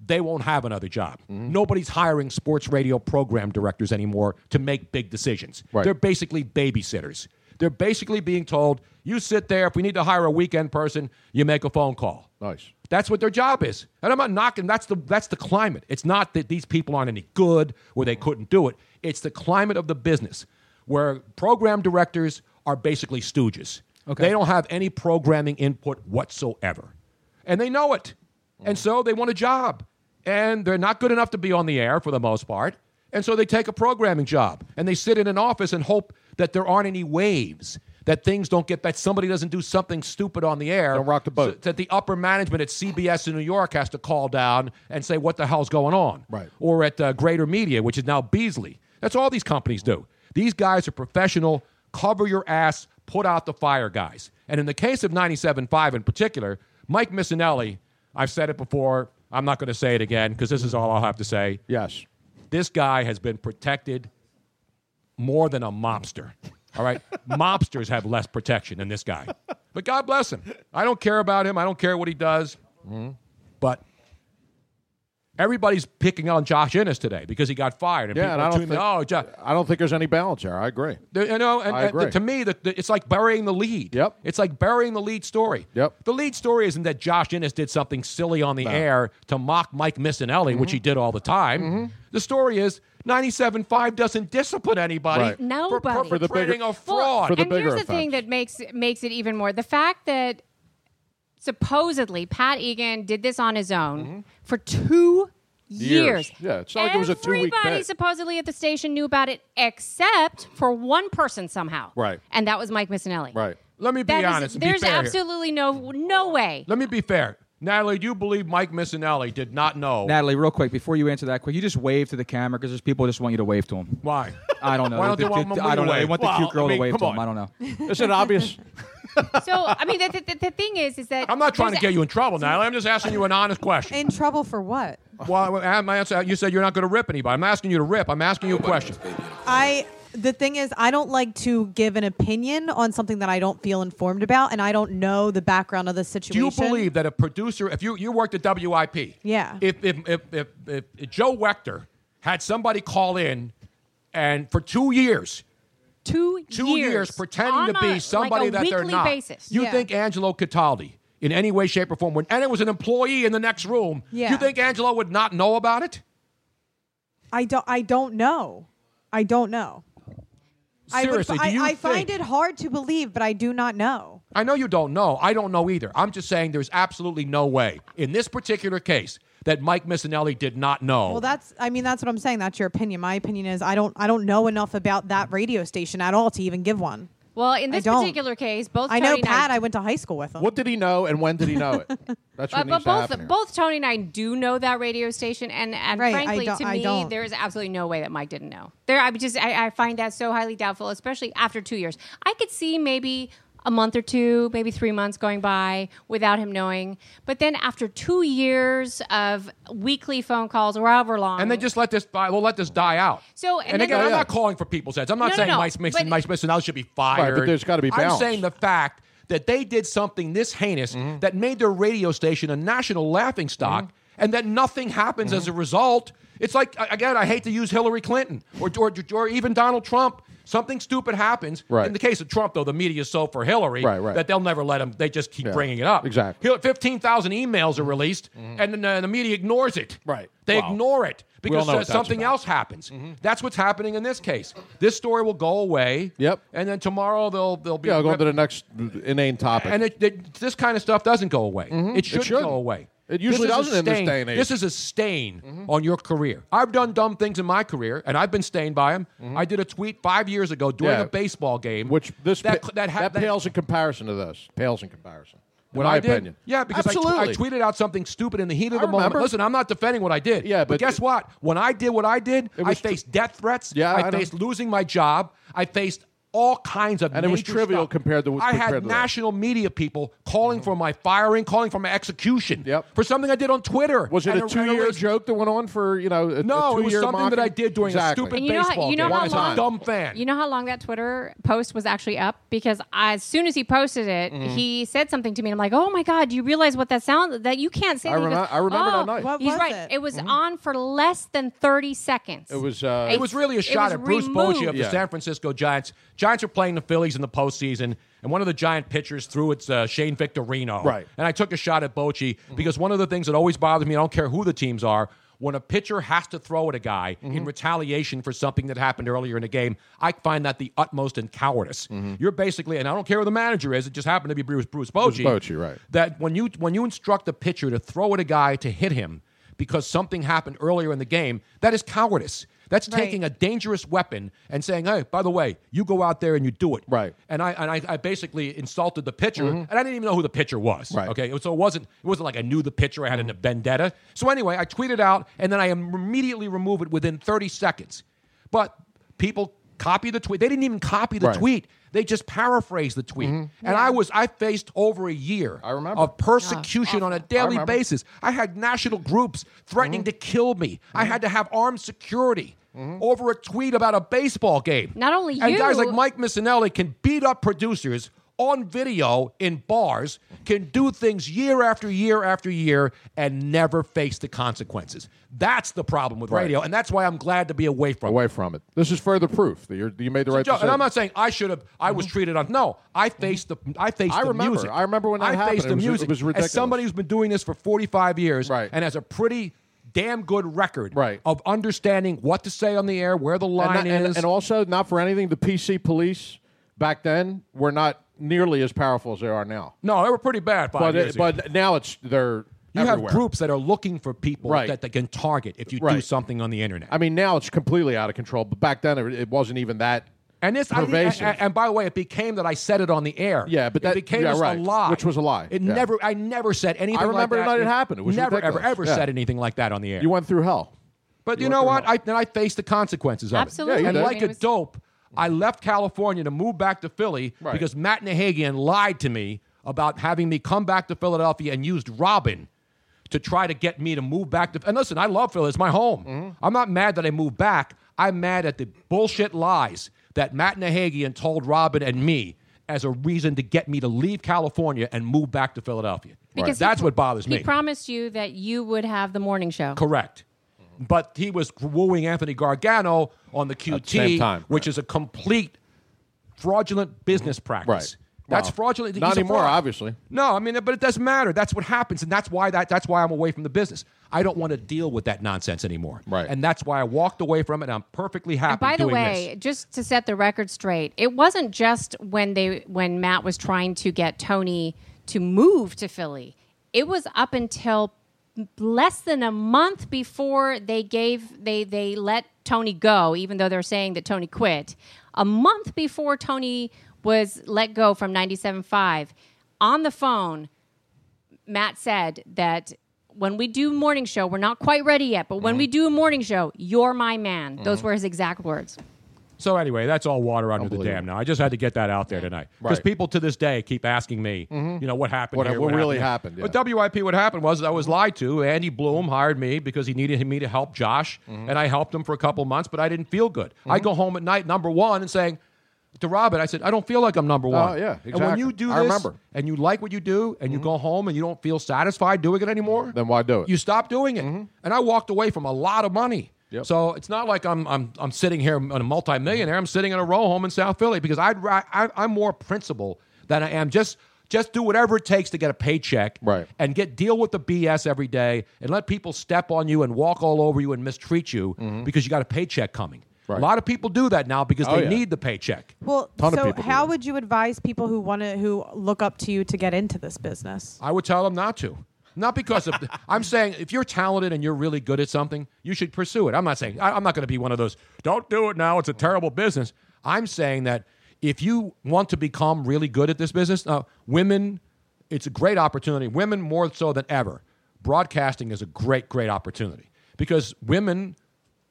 F: they won't have another job. Nobody's hiring sports radio program directors anymore to make big decisions. They're basically babysitters. They're basically being told, you sit there. If we need to hire a weekend person, you make a phone call. Nice. That's what their job is. And I'm not knocking. That's the that's the climate. It's not that these people aren't any good or they couldn't do it. It's the climate of the business where program directors are basically stooges. Okay. They don't have any programming input whatsoever. And they know it. And so they want a job. And they're not good enough to be on the air for the most part. And so they take a programming job and they sit in an office and hope that there aren't any waves, that things don't get, that somebody doesn't do something stupid on the air. Don't rock the boat. that the upper management at CBS in New York has to call down and say, what the hell's going on? Right. Or at uh, Greater Media, which is now Beasley. That's all these companies do. These guys are professional, cover your ass, put out the fire guys. And in the case of 97.5 in particular, Mike Missinelli, I've said it before, I'm not going to say it again because this is all I'll have to say. Yes. This guy has been protected more than a mobster. All right? *laughs* Mobsters have less protection than this guy. But God bless him. I don't care about him. I don't care what he does.
H: Mm-hmm.
F: But everybody's picking on Josh Innes today because he got fired. And
H: Yeah,
F: people
H: and
F: are
H: I don't
F: tuning-
H: think,
F: oh, Josh,
H: I don't think there's any balance there. I agree.
F: the- you know, and,
H: I
F: and the-
H: agree.
F: to me, the, the- it's like burying the lead. Yep. It's like burying the lead story. Yep. The lead story isn't that Josh Innes did something silly on the air to mock Mike Missinelli,
G: Mm-hmm.
F: which he did all the time. The story is 97.5 doesn't discipline anybody
H: Right.
F: for
I: Nobody.
F: perpetrating a
I: Well,
F: fraud.
I: and here's the thing that makes makes it even more the fact that supposedly Pat Egan did this on his own
F: Mm-hmm.
I: for two years.
H: Years. Yeah, it's not like it was a two-week
I: Everybody
H: bet.
I: supposedly at the station knew about it except for one person somehow,
F: Right.
I: and that was Mike Missinelli.
F: Right. Let me be
I: That is-
F: honest. and be
I: there's
F: fair here.
I: absolutely no no way.
F: Let me be fair. Natalie, do you believe Mike Missinelli did not know?
G: Natalie, real quick, before you answer that, quick, you just wave to the camera because there's people who just want you to wave to them.
F: Why?
G: I don't know.
F: Why don't they want me
G: I
F: to
G: don't know. They
F: wave?
G: want
F: Well,
G: the cute girl
F: I mean,
G: to wave to
F: come
G: them. I don't know.
H: Is it obvious?
I: So I mean, the, the, the, the thing is, is that
F: I'm not trying to
I: there's-
F: get you in trouble, Natalie. I'm just asking you an honest question.
J: In trouble for what?
F: Well, I- my answer, you said you're not going to rip anybody. I'm asking you to rip. I'm asking you a question.
J: I the thing is I don't like to give an opinion on something that I don't feel informed about and I don't know the background of the
F: Do
J: situation.
F: you believe that a producer, if you, you worked at WIP,
J: Yeah.
F: if, if, if, if, if, if Joe Wechter had somebody call in and for two years,
I: two
F: two years, pretending
I: On
F: to
I: a-
F: be
I: like
F: somebody
I: a
F: that they're
I: weekly
F: not.
I: basis.
F: You
I: Yeah.
F: think Angelo Cataldi, in any way, shape, or form, when and it was an employee in the next room,
J: Yeah.
F: you think Angelo would not know about it?
J: I don't I don't know. I don't know.
F: Seriously,
J: I, would,
F: do you
J: I, I find it
F: think-
J: hard to believe, but I do not know.
F: I know you don't know. I don't know either. I'm just saying there's absolutely no way in this particular case that Mike Missinelli did not know.
J: Well, that's I mean that's what I'm saying. That's your opinion. My opinion is I don't I don't know enough about that radio station at all to even give one.
I: Well, in
J: I
I: this
J: don't.
I: particular case, both
J: I know
I: Tony and
J: Pat. I went to high school with him.
H: What did he know, and when did he know it? That's
I: But, but
H: what needs to happen.
I: both
H: here.
I: both Tony and I do know that radio station, and and
J: Right, I
I: frankly,
J: don't-
I: to
J: I
I: me,
J: don't.
I: there is absolutely no way that Mike didn't know. There, I would just I, I find that so highly doubtful, especially after two years. I could see maybe a month or two, maybe three months going by without him knowing, but then after two years of weekly phone calls or however long,
F: And they just let this die. We'll let this die out.
I: So- and
F: and,
I: then
F: again,
I: the-
F: I'm not calling for people's heads. I'm not
I: No, no,
F: saying
I: no,
F: Mike Smith
I: but-
F: Mike Smith and should be
H: Right, but
F: fired.
H: there's gotta be
F: I'm
H: balance. Mm-hmm.
F: saying the fact that they did something this heinous that made their radio station a national laughing stock,
H: Mm-hmm.
F: and that nothing happens as a result. It's like a- again, I hate to use Hillary Clinton or or, or even Donald Trump. Something stupid happens.
H: Right.
F: In the case of Trump, though, the media is so for Hillary
H: Right, right.
F: that they'll never let him. They just keep
H: Yeah,
F: bringing it up.
H: exactly.
F: Hill- 15,000 emails are released, and then uh, the media ignores it. Right. They
H: Well,
F: ignore it
H: we
F: because
H: all know
F: uh,
H: what that's Mm-hmm.
F: something else happens. That's what's happening in this case. This story will go away. Yep. And then tomorrow they'll they'll be
H: yeah, I'll go on to the next uh, inane topic.
F: and it, it- this kind of stuff doesn't go away.
H: Mhm.
F: It
H: It
F: should
H: shouldn't.
F: go away.
H: It usually
F: is a
H: doesn't in this
F: stain-
H: day and age.
F: This is a stain on your career. I've done dumb things in my career, and I've been stained by them. I did a tweet five years ago during
H: Yeah.
F: a baseball game,
H: which this
F: that
H: pa-
F: that, ha-
H: that
F: that-
H: pales in comparison to this. Pales in comparison. In
F: What
H: my
F: I did?
H: opinion.
F: Yeah, because I, tw-
H: Absolutely.
F: I tweeted out something stupid in the heat of
H: I
F: the moment.
H: remember.
F: Listen, I'm not defending what I did. Yeah, but, guess what? When I did what I did, I faced death threats.
H: Yeah,
F: I,
H: I know.
F: faced losing my job. I faced all kinds of
H: And it was
F: major
H: trivial
F: stuff.
H: compared to-
F: I had
H: compared to that.
F: national media people calling for my firing, calling for my execution for something I did on Twitter.
H: Was it
F: And
H: a
F: and
H: two-year joke that went on for you know? A,
F: No,
H: a
F: it was
H: two-year
F: something that
H: mocking?
F: I did during a
H: Exactly.
F: stupid
I: And you know how, you know how long,
F: dumb fan.
I: You know how long that Twitter post was actually up because as soon as he posted it,
F: Mm-hmm.
H: Mhm.
I: he said something to me, and I'm like, "Oh my god, do you realize what that sound that you can't say?"
H: I
I: that." He
H: remem- I remember that
I: "Oh,
H: night. What
I: He's
H: was
I: right.
H: it?
I: It, was on for less than 30 seconds.
F: Mm-hmm. It was. Uh,
I: It-
F: it was really a
I: it
F: shot
I: was
F: at Bruce
I: removed.
F: Bochy of the
H: Yeah.
F: San Francisco Giants. Giants are playing the Phillies in the postseason, and one of the Giant pitchers threw its uh, Shane Victorino.
H: Right.
F: And I took a shot at Bochy because one of the things that always bothers me, I don't care who the teams are. When a pitcher has to throw at a guy in retaliation for something that happened earlier in the game, I find that the utmost in cowardice. You're basically, and I don't care who the manager is; it just happened to be Bruce Bruce
H: was
F: Bochy.
H: Bochy, right.
F: That when you when you instruct a pitcher to throw at a guy to hit him because something happened earlier in the game, that is cowardice. That's
H: Right.
F: taking a dangerous weapon and saying, "Hey, by the way, you go out there and you do it." Right. And I and I, I basically insulted the pitcher,
H: Mhm.
F: and I didn't even know who the pitcher was. Right. Okay. So it wasn't it wasn't like I knew the pitcher. I had a vendetta. So anyway, I tweeted out, and then I im- immediately remove it within 30 seconds. But people copy the tweet. They didn't even copy the
H: Right.
F: tweet. They just paraphrased the tweet. And I was I faced over a year Mm-hmm. I remember. of persecution on a daily
H: remember. Mm-hmm.
F: basis. I had national groups threatening to kill me. I had to have armed security over a tweet about a baseball game.
I: Not only
F: and
I: you-
F: guys like Mike Missinelli can beat up producers on video in bars, can do things year after year after year and never face the consequences. That's the problem with
H: Right.
F: radio, and that's why I'm glad to be away from
H: away from it. This is further proof that you're, you made the right
F: Joe,
H: decision.
F: and I'm not saying I should have. I was treated on. No, I faced the. I faced
H: I
F: the
H: remember.
F: music.
H: I remember when that
F: I
H: happened.
F: faced
H: It
F: the
H: was- it
F: music.
H: was
F: As somebody who's been doing this for 45 years and has a pretty damn good record of understanding what to say on the air, where the
H: and,
F: line
H: not- and-
F: is,
H: and also not for anything. The PC police back then were not nearly as powerful as they are now.
F: No, they were pretty bad. Five
H: but
F: years
H: it- but now it's they're
F: You have
H: everywhere.
F: groups that are looking for people
H: Right.
F: that they can target if you do
H: Right.
F: something on the internet.
H: I mean, now it's completely out of control. But back then, it, it wasn't even that.
F: And this, I,
H: pervasive.
F: and, and by the way, it became that I said it on the air.
H: yeah, but
F: it
H: that
F: became
H: yeah,
F: just
H: right,
F: a lie,
H: which was a lie.
F: It
H: yeah.
F: never, I never said anything.
H: I remember
F: like
H: the
F: that.
H: night it happened. It was
F: never,
H: ridiculous.
F: ever, ever
H: Yeah.
F: said anything like that on the air.
H: You went through hell.
F: But
H: You
F: you,
H: went
F: know
H: through
F: what? I, then I faced the consequences of
H: Absolutely.
F: it.
H: Yeah, you
F: and
H: did.
F: like
H: I mean, it
F: a dope, I left California to move back to Philly
H: Right.
F: because Matt Nahagian lied to me about having me come back to Philadelphia and used Robin to try to get me to move back to. And listen, I love Philly. It's my home. I'm not mad that I moved back. I'm mad at the bullshit lies that Matt Nahagian told Robin and me as a reason to get me to leave California and move back to Philadelphia.
I: Because he
F: That's
I: pr-
F: what bothers
I: he
F: me.
I: promised you that you would have the morning show.
F: Correct. But he was wooing Anthony Gargano on the QT,
H: same time,
F: which is a complete fraudulent business practice.
H: Right.
F: That's
H: Well,
F: fraudulent.
H: not
F: He's a
H: anymore,
F: fraud.
H: obviously.
F: No, I mean, but it doesn't matter. That's what happens, and that's why that, that's why I'm away from the business. I don't want to deal with that nonsense anymore. Right. And that's why I walked away from it. And I'm perfectly happy.
I: By the
F: doing
I: way,
F: this.
I: just to set the record straight, it wasn't just when they when Matt was trying to get Tony to move to Philly. It was up until less than a month before they gave they they let Tony go, even though they're saying that Tony quit. A month before Tony was let go from 97.5, on the phone, Matt said that when we do morning show, we're not quite ready yet, but when we
F: Mm.
I: do a morning show, you're my man. Those
F: Mhm.
I: were his exact words.
F: So anyway, that's all water under the dam now. I just had to get that out there tonight because
H: Right. Mm-hmm.
F: people to this day keep asking me, you know, what happened
H: What-
F: here,
H: what really happened,
F: here. But WIP, what happened was I was lied to. Andy Bloom hired me because he needed me to help Josh,
H: Mm-hmm.
F: and I helped him for a couple months, but I didn't feel good. I go home at night, number one, and saying to Robin, I said, I don't feel like I'm number
H: Oh,
F: one.
H: yeah,
F: And when
H: exactly.
F: you do this
H: I remember. Mm-hmm.
F: and you like what you do, and you go home and you don't feel satisfied doing it anymore,
H: then why do it?
F: You stop doing it. And I walked away from a lot of money.
H: Yep.
F: So it's not like I'm I'm I'm sitting here on a multimillionaire. I'm sitting in a row home in South Philly because I'd ri- I, I'm more principled than I am. Just just do whatever it takes to get a paycheck, right? And get deal with the BS every day, and let people step on you and walk all over you and mistreat you because you got a paycheck coming. A lot of people do that now because
J: Oh,
F: they
J: yeah.
F: need the paycheck.
J: Well,
F: Ton of
J: so
F: people do
J: how would you advise people who want to who look up to you to get into this business?
F: I would tell them not to. Not because of. *laughs* I'm saying if you're talented and you're really good at something, you should pursue it. I'm not saying I, I'm not going to be one of those. Don't do it now. It's a terrible business. I'm saying that if you want to become really good at this business, uh, women, it's a great opportunity. Women more so than ever. Broadcasting is a great, great opportunity because women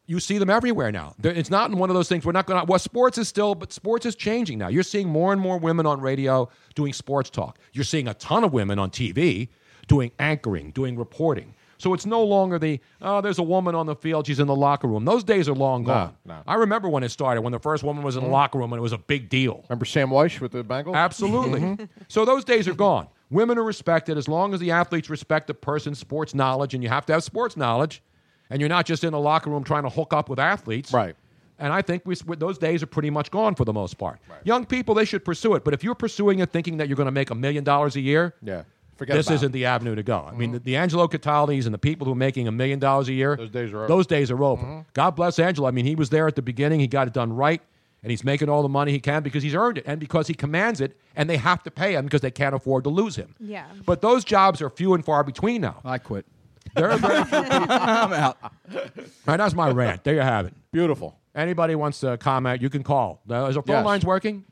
F: you see them everywhere now. There- It's not one of those things. We're not going to. Well, sports is still, but sports is changing now. You're seeing more and more women on radio doing sports talk. You're seeing a ton of women on TV doing anchoring, doing reporting. So it's no longer the oh, there's a woman on the field. She's in the locker room. Those days are long
H: No,
F: gone.
H: no.
F: I remember when it started, when the first woman was in the
H: Mhm.
F: locker room, and it was a big deal.
H: Remember Sam Weish with the Bengals? Mm-hmm.
F: Absolutely. *laughs* So those days are gone. Women are respected as long as the athletes respect the person's sports knowledge, and you have to have sports knowledge, and you're not just in the locker room trying to hook up with athletes. Right. And I think we, those days are pretty much gone for the most part. Young people, they should pursue it. But if you're pursuing it thinking that you're going to make a million dollars a year,
H: Yeah. Forget
F: this
H: about Mm-hmm.
F: isn't the avenue to go. I mean, the, the Angelo Cataldi's and the people who are making a million dollars a year, those
H: days are over.
F: Those days are over.
H: Mhm.
F: God bless Angelo. I mean, he was there at the beginning. He got it done right, and he's making all the money he can because he's earned it and because he commands it, and they have to pay him because they can't afford to lose him.
J: Yeah.
I: Mm-hmm.
F: But those jobs are few and far between now. I quit. There are very few people. I'm out. that's my rant. There you have it.
H: Beautiful.
F: Anybody wants to comment, you can call. Uh, Is our phone
G: Yes.
F: lines working?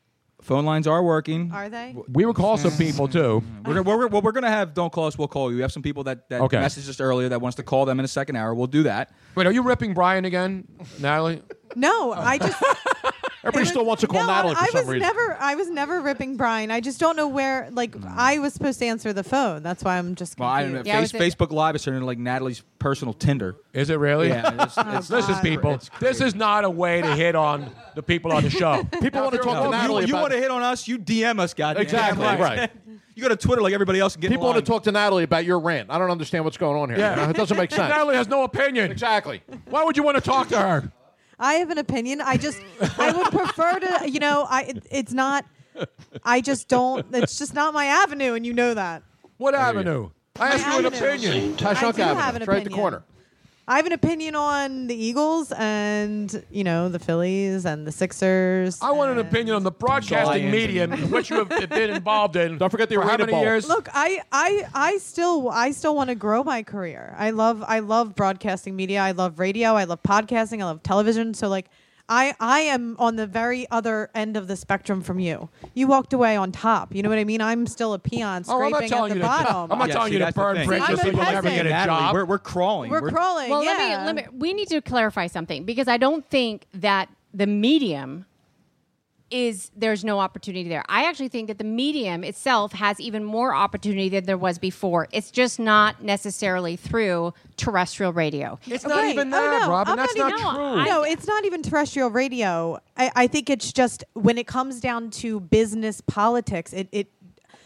G: Phone lines are working.
J: Are they?
F: We were calling some people too.
G: We're, gonna- we're, we're, we're going to have don't call us, we'll call you. We have some people that, that
F: Okay.
G: messaged us earlier that wants to call them in a second hour. We'll do that.
F: Wait, are you ripping Brian again, Natalie? *laughs*
J: No, I just
H: Everybody still wants to call Natalie for
J: I
H: some
J: was
H: reason.
J: never I was never ripping Brian. I just don't know where like
F: Mm.
J: I was supposed to answer the phone. That's why I'm just confused.
G: Well, I don't know. Face, Facebook Live is turning into like Natalie's personal Tinder.
F: Is it really?
G: Yeah.
J: *laughs*
G: it's- it's-
F: *laughs* Listen, people, this is not a way to hit on the people on the show.
G: Now, if you're- you- You, want to hit on us? You DM us, goddamn.
H: Exactly,
G: *laughs*
F: *laughs*
H: right.
G: you go to Twitter like everybody else and get in
H: People want to
G: line.
H: talk to Natalie about your rant. I don't understand what's going on here.
F: Yeah.
H: You know, it doesn't
F: *laughs*
H: make sense.
F: Natalie has no opinion.
H: Exactly.
F: Why would you want to talk to her?
J: I have an opinion. I just I
F: *laughs*
J: would prefer to you know, I it, it's not I just don't it's just not my avenue and you know that.
F: What avenue? I asked you an opinion.
J: I do have an opinion. I have an opinion on the Eagles and you know the Phillies and the Sixers.
F: I want an opinion on the broadcasting
H: Lions
F: medium
H: and-
F: in
J: *laughs*
F: which you have been involved in. Don't forget
H: the
F: for how
H: Arena
F: many
H: Bowl.
F: years?
J: Look, I, I, I still, I still want to grow my career. I love, I love broadcasting media. I love radio. I love podcasting. I love television. So like, I, I am on the very other end of the spectrum from you. You walked away on top. You know what I mean? I'm still a peon
F: Oh, I'm
J: *laughs* scraping
F: not telling
J: at
F: you
J: the
F: to-
J: bottom.
F: I'm not telling you to
G: that's the
F: burn
G: thing.
F: bridges
J: I'm
F: so you'll never
J: peasant.
F: get a
G: Natalie,
F: job.
G: We're, we're crawling.
J: We're crawling.
I: Well,
J: yeah.
I: let me let me. We need to clarify something because I don't think that the medium is there's no opportunity there. I actually think that the medium itself has even more opportunity than there was before. It's just not necessarily through terrestrial radio.
F: It's
J: Right. Oh, no. I'm even- No, it's not even terrestrial radio. I, I think it's just when it comes down to business politics, it, it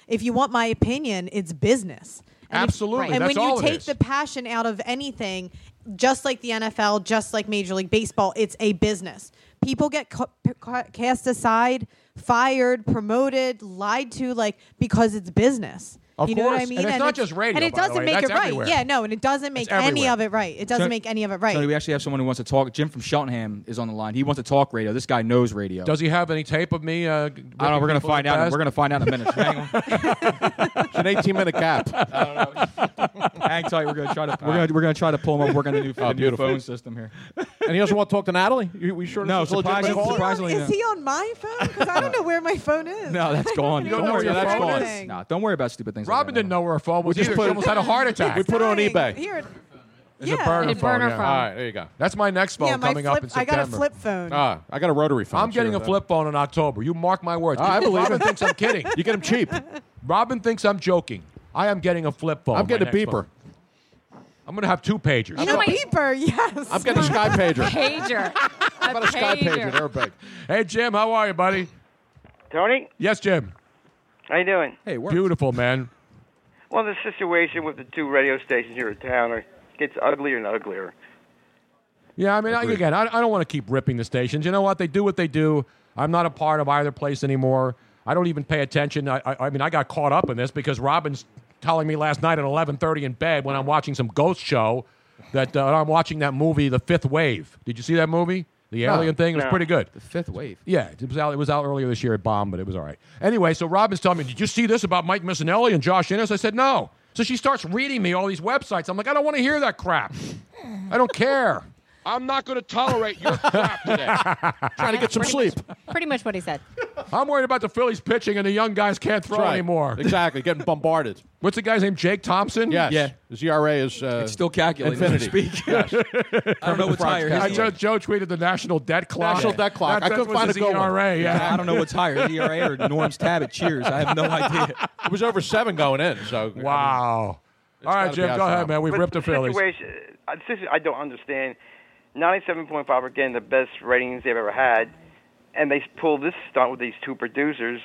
J: if you want my opinion, it's business. And if-
F: Absolutely.
J: and
F: That's
J: when you
F: all it
J: take
F: is.
J: the passion out of anything, just like the NFL, just like Major League Baseball, it's a business. People get ca- ca- cast aside, fired, promoted, lied to, like because it's business.
F: Of
J: you know what I
F: course.
J: mean?
F: And it's not just radio,
J: and it
F: by the
J: doesn't
F: way.
J: make
F: That's
J: it right.
F: everywhere.
J: Yeah, no, and it doesn't make any
F: everywhere.
J: of it right. It doesn't
G: So-
J: make any of it right. Um,
G: Tony, we actually have someone who wants to talk. Jim from Cheltenham is on the line. He wants to talk radio. This guy knows radio.
F: Does he have any tape of me? Uh,
G: I don't know. We're gonna
F: ripping people in
G: find
F: the
G: out.
F: past?
G: We're gonna find out in a
F: *laughs*
G: minute. Hang on.
H: It's an 18 minute gap.
G: *laughs*
F: *laughs*
G: Hang tight. We're gonna try to. We're gonna, we're gonna try to pull him up. Work on the new,
H: Oh,
G: the new
H: beautiful.
J: *laughs*
G: phone system here.
H: and he doesn't want to talk to Natalie. You- We sure
G: No,
H: this is a legitimate
G: surprisingly-
H: call?
G: surprisingly,
J: Is he on my phone? Because I don't know where my phone
F: *laughs*
J: is.
G: No, that's gone.
J: You don't know where your
G: that's
J: phone
G: gone.
J: is?
G: No, don't worry about stupid things.
F: Robin didn't know where her phone
G: We
F: was.
G: just
F: either.
G: put-
F: she almost had a heart attack.
G: We put it on
J: Dang, Here, it-
F: It's
J: Yeah.
F: a burner
J: It's a
F: phone.
J: burner
F: yeah.
J: phone.
F: All right, there you go. That's my next phone
J: Yeah, my
F: coming up
J: flip-
F: in
J: I
F: September.
J: got a flip phone.
H: Ah, I got a rotary phone.
F: I'm getting
H: Sure,
F: a
H: that-
F: flip phone in October. You mark my words.
H: I believe
F: Robin
H: it.
F: thinks I'm kidding.
H: You get them cheap.
F: Robin thinks I'm joking. I am getting a flip phone.
H: I'm getting
F: my
H: a
F: next
H: beeper.
F: phone. I'm going to have two pagers.
J: You know, my beeper, yes.
H: I'm getting a sky pager.
I: Pager. How
H: about a *laughs* sky pager? They're big.
F: Hey, Jim, how are you, buddy?
L: Tony,
F: Yes, Jim.
L: how you doing?
F: Hey, Beautiful, man.
L: Well, the situation with the two radio stations here in town are, gets uglier and uglier.
F: Yeah, I mean, I, again, I, I don't want to keep ripping the stations. You know what? They do what they do. I'm not a part of either place anymore. I don't even pay attention. I, I, I mean, I got caught up in this because Robin's telling me last night at 11:30 in bed when I'm watching some ghost show that uh, I'm watching that movie, The Fifth Wave. Did you see that movie? The
G: No.
F: alien thing. It was
G: No.
F: pretty good.
G: The fifth wave.
F: Yeah, it was out. It was out earlier this year. It bombed, but it was all right. Anyway, so Robin's telling me, "Did you see this about Mike Missinelli and Josh Innes?" I said, "No." So she starts reading me all these websites. I'm like, "I don't want to hear that crap. I don't care."
H: *laughs* I'm not going to tolerate your crap today. *laughs* Trying to get some sleep.
I: Pretty much what he said.
F: I'm worried about the Phillies pitching and the young guys can't throw
H: That's right.
F: anymore.
H: Exactly, getting bombarded.
F: What's the guy's name? Jake Thompson?
H: Yes. His ERA is uh,
F: It's still calculating as we
H: Infinity. speak.
F: I don't know
G: what's higher, his
F: I
G: ERA.
F: just, Joe tweeted the national debt clock.
G: National debt clock.
F: That,
G: I
F: that
G: couldn't
F: was
G: find
F: his
G: a good one.
F: ERA, yeah.
G: I don't know what's higher, ERA or Norm's tab at Cheers. I have no idea.
H: It was over seven going in. So
F: wow. All right,
H: gotta be
F: Jim, go ahead,
H: astronomical.
F: man. We've
L: But
F: ripped the Phillies.
L: Situation, uh, this is- I don't understand. 97.5 are getting the best ratings they've ever had, and they pulled this stunt with these two producers.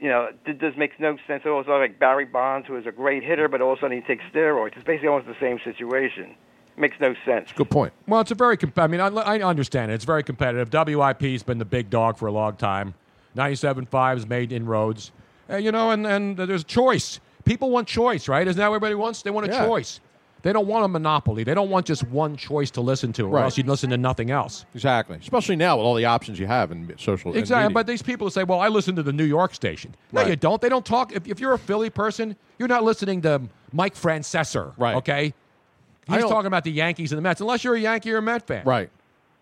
L: You know, it just makes no sense. It was like Barry Bonds, who is a great hitter, but all of a sudden he takes steroids. It's basically almost the same situation. Makes no sense.
F: Good point. Well, it's a very. Comp- I mean, I, I understand it. It's very competitive. WIP's been the big dog for a long time. 97.5's made inroads. Uh, you know, and, and there's choice. People want choice, right? Isn't that what everybody wants? They want a
H: Yeah.
F: choice. They don't want a monopoly. They don't want just one choice to listen to, or
H: Right.
F: else you'd listen to nothing else.
H: Exactly. Especially now with all the options you have in social. and
F: Exactly.
H: media.
F: But these people say, well, I listen to the New York station. No, you don't. They don't talk. If, if you're a Philly person, you're not listening to Mike Francesor. Right. Okay?
H: I
F: He's
H: don't-
F: talking about the Yankees and the Mets, unless you're a Yankee or a Met fan.
H: Right.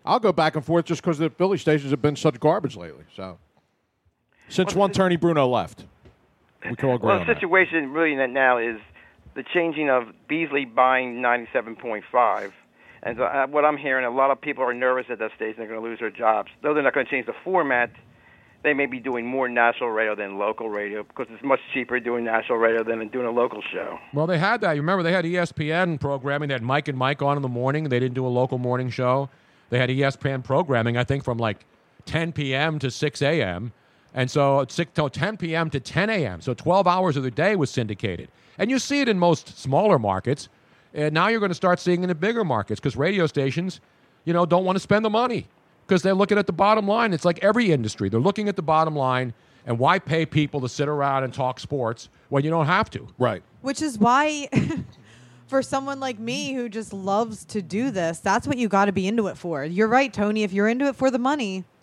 H: I'll go back and forth just because the Philly stations have been such garbage lately. So since one Tony Bruno left, we can all agree
L: Well,
H: on
L: the
H: that.
L: situation really n- now is the changing of Beasley buying 97.5. And so, uh, what I'm hearing, a lot of people are nervous at that stage. They're going to lose their jobs. Though they're not going to change the format, they may be doing more national radio than local radio because it's much cheaper doing national radio than doing a local show.
F: Well, they had that. You remember they had E ESPN programming. They had Mike and Mike on in the morning. They didn't do a local morning show. They had E ESPN programming, I think, from like 10 p.m. to 6 a.m. And so at 6 till 10 p.m. to 10 a.m. So 12 hours of the day was syndicated. And you see it in most smaller markets. And now you're going to start seeing it in bigger markets because radio stations, you know, don't want to spend the money because they're looking at the bottom line. It's like every industry. They're looking at the bottom line. And why pay people to sit around and talk sports when you don't have to?
H: Right.
J: Which is why, *laughs* for someone like me who just loves to do this, that's what you got to be into it for. You're right, Tony. If you're into it for the money,
H: *laughs*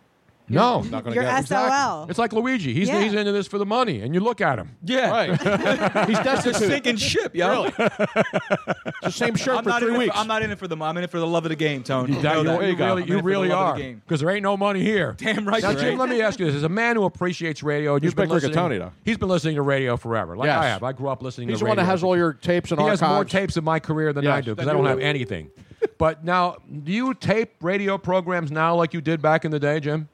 F: No,
J: not gonna You're get it. SOL.
F: Exactly. It's like Luigi. He's
J: Yeah.
F: he's into this for the money, and you look at him.
G: Yeah. *laughs*
H: Right. He's
G: It's a
H: destitute.
G: sinking ship, yo.
H: Really. *laughs* It's the same shirt
G: I'm
H: for
G: not
H: three
G: in it
H: weeks.
G: I'm not in it for the. I'm in it for the love of the game, Tony.
F: You, that-
G: know
F: you-
G: that.
F: you
G: I'm
F: really,
G: in
F: you
G: it for the
F: really
G: love of
F: are,
G: the game.
F: because there ain't no money here.
G: Damn right
F: Now,
G: you're
F: Jim,
G: right.
F: let me ask you this: As a man who appreciates radio, you've been
H: big
F: listening.
H: Rigatoni, though.
F: He's been listening to radio forever, like
H: Yes.
F: I have. I grew up listening
H: He's the
F: to radio.
H: one that has all your tapes and
F: he
H: archives.
F: has more tapes of my career than I
H: Yes,
F: do because
H: than
F: I don't
H: you
F: have
H: do.
G: *laughs*
F: anything. but now, do you tape radio programs now like you did back in the day, Jim?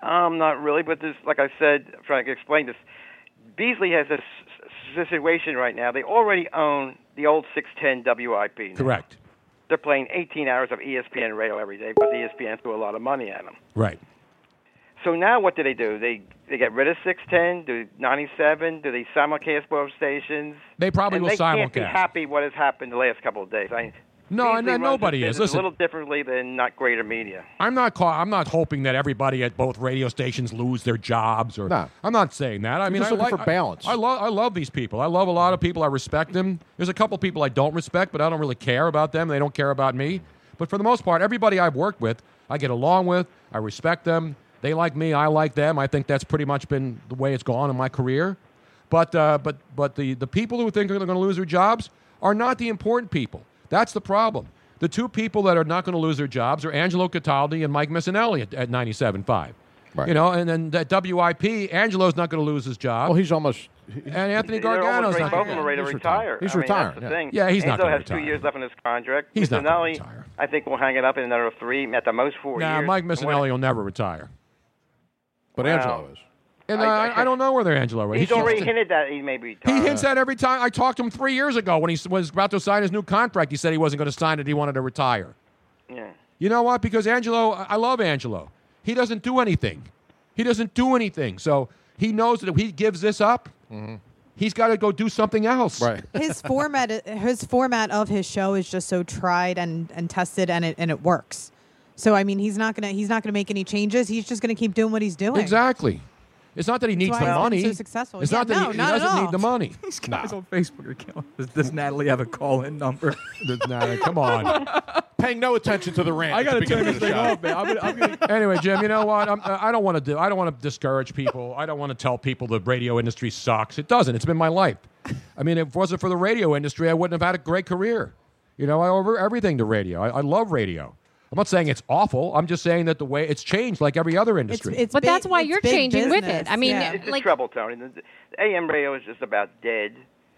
L: Um, not really, but this, like I said, trying to explain this. Beasley has this s- situation right now. They already own the old 610 WIP. now.
F: Correct.
L: They're playing 18 hours of E ESPN radio every day E because ESPN threw a lot of money at them.
F: Right.
L: So now what do they do? They they get rid of 610, do 97, do they simulcast both stations?
F: They probably
L: and
F: will
L: they can't be
F: simulcast.
L: happy what has happened the last couple of days. I,
F: No, and
L: Beasley
F: then
L: runs his
F: nobody is.
L: business
F: Listen.
L: a little differently than not greater media.
F: I'm not call, I'm not hoping that everybody at both radio stations lose their jobs or
H: No.
F: I'm not saying that. I mean,
H: just
F: I
H: looking
F: like
H: for balance.
F: I, love I love these people. I love a lot of people. I respect them. There's a couple people I don't respect, but I don't really care about them. They don't care about me. But for the most part, everybody I've worked with, I get along with. I respect them. They like me. I like them. I think that's pretty much been the way it's gone in my career. But uh, but but the, the people who think they're going to lose their jobs are not the important people. That's the problem. The two people that are not going to lose their jobs are Angelo Cataldi and Mike Missinelli at, at 97.5. You know, and then that WIP, Angelo's not going to lose his job. Well,
H: he's almost.
F: And Anthony
L: They're almost
F: Gargano's
L: ready-
F: not
L: both
F: going
L: of them are ready to retire.
F: He's
L: I mean,
F: retiring.
L: That's the thing.
F: Yeah, he's not
L: Enzo
F: going to
L: has
F: retire.
L: two years left on his contract.
F: He's not gonna
L: Missinelli, I think we'll hang it up in another three, at the most four
F: Nah,
L: years.
F: Mike Missinelli will never retire.
H: But
L: Wow.
H: Angelo is.
F: And uh,
L: I-
F: I,
L: I
F: I, don't know whether Angelo is.
L: He's already Uh, hinted that he may be
F: He
L: retiring.
F: hints at every time. I talked to him three years ago when he s- was about to sign his new contract. He said he wasn't going to sign it. He wanted to retire.
L: Yeah.
F: You know what? Because Angelo, I I love Angelo. He doesn't do anything. He doesn't do anything. So he knows that if he gives this up, he's got to go do something else. Right. *laughs*
J: his format his format of his show is just so tried and, and tested and it and it works. So I mean he's not gonna he's not gonna make any changes. He's just gonna keep doing what he's doing.
F: Exactly. It's not that he
J: That's why
F: needs the
J: he's been
F: money.
J: so successful.
F: It's
J: Yeah,
F: not that
J: no,
F: he, he
J: not at
F: doesn't
J: all.
F: need the money.
G: *laughs* These guys on Facebook are killing. Does, does Natalie have a call-in number?
F: *laughs* does Natalie? Come on.
H: Paying no attention to the rant.
G: I gotta
H: at the
G: turn
H: beginning of
G: this
H: the
G: thing
H: show.
G: off, man. I'm gonna, I'm gonna
F: anyway, Jim, you know what? I'm, I don't want to do. I don't want to discourage people. I don't want to tell people the radio industry sucks. It doesn't. It's been my life. I mean, if it wasn't for the radio industry, I wouldn't have had a great career. You know, I owe everything to radio. I, I love radio. I'm not saying it's awful. I'm just saying that the way it's changed, like every other industry.
I: But that's why you're changing with it. I mean,
L: it's just
I: like-
L: trouble, Tony. The- the AM radio is just about dead,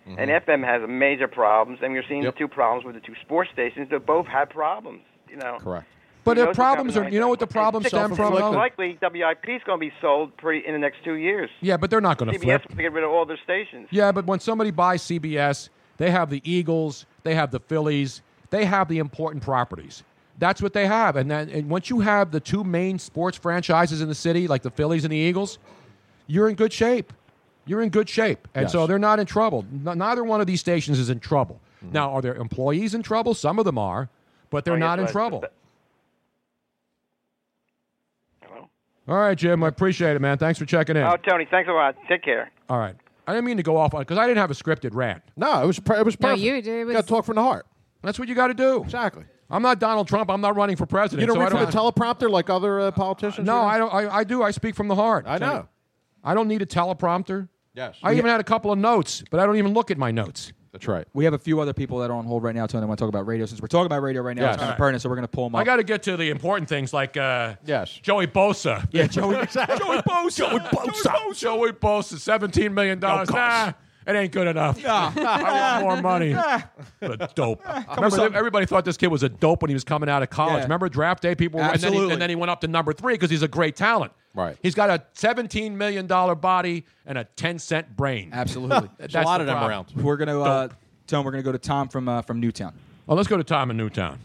F: Mm-hmm.
L: and FM has major problems. And you're seeing the two problems with the two sports stations that both have problems. You know,
H: Correct.
F: But the
L: Who knows what's
F: problems are.
L: happening
F: You know what the
L: right now?
F: problems
L: It's
F: stem from?
L: most
F: though?
L: likely, WIP is going to be sold pretty in the next two years.
F: Yeah, but they're not going to
L: CBS
F: flip.
L: will get rid of all their stations.
F: Yeah, but when somebody buys CBS, they have the Eagles, they have the Phillies, they have the important properties. That's what they have. And then and once you have the two main sports franchises in the city, like the Phillies and the Eagles, you're in good shape. You're in good shape. And so they're not in trouble. N- neither one of these stations is in trouble. Now, are their employees in trouble? Some of them are, but they're
L: Oh, yes,
F: not in
L: but-
F: trouble.
L: but-
F: All right, Jim, I appreciate it, man. Thanks for checking in.
L: Oh, Tony, thanks a lot. Take care.
F: All right. I didn't mean to go off on because I didn't have a scripted rant.
H: No, it was per- it was
I: No,
H: perfect.
I: you did. It was-
H: got to talk from the heart.
F: That's what you got to do.
H: Exactly.
F: I'm not Donald Trump. I'm not running for president.
H: You don't
F: so
H: read
F: I
H: from the teleprompter like other uh, politicians.
F: No, I don't. I, I do. I speak from the heart. I
H: know.
F: I don't need a teleprompter.
H: Yes.
F: I even had a couple of notes, but I don't even look at my notes.
H: That's right.
G: We have a few other people that are on hold right now, Tony. I want to talk about radio since we're talking about radio right now.
F: Yes.
G: It's kind
F: All right.
G: of pertinent, so we're going to pull them up.
F: I got to get to the important things like uh,
H: yes, *laughs*
F: Joey Bosa.
G: Yeah, Joey-
F: Joey Bosa. Joey Bosa. Joey Bosa. Seventeen million dollars.
D: No
F: nah,
D: cost.
F: it ain't good enough.
D: Nah.
F: *laughs* I
G: *laughs*
F: want more money.
D: Nah.
F: But dope.
D: on,
F: Remember,
D: son.
F: everybody thought this kid was a dope when he was coming out of college.
D: Yeah.
F: Remember draft day, people, were, and, then he,
D: Absolutely.
F: and then he went up to number three because he's a great talent.
H: Right.
F: He's got a seventeen million dollar body and a ten cent brain.
G: Absolutely.
F: *laughs* That's the problem.
G: We're going to, uh, Tom, we're going to go to Tom from uh, from Newtown.
F: Well, let's go to Tom in Newtown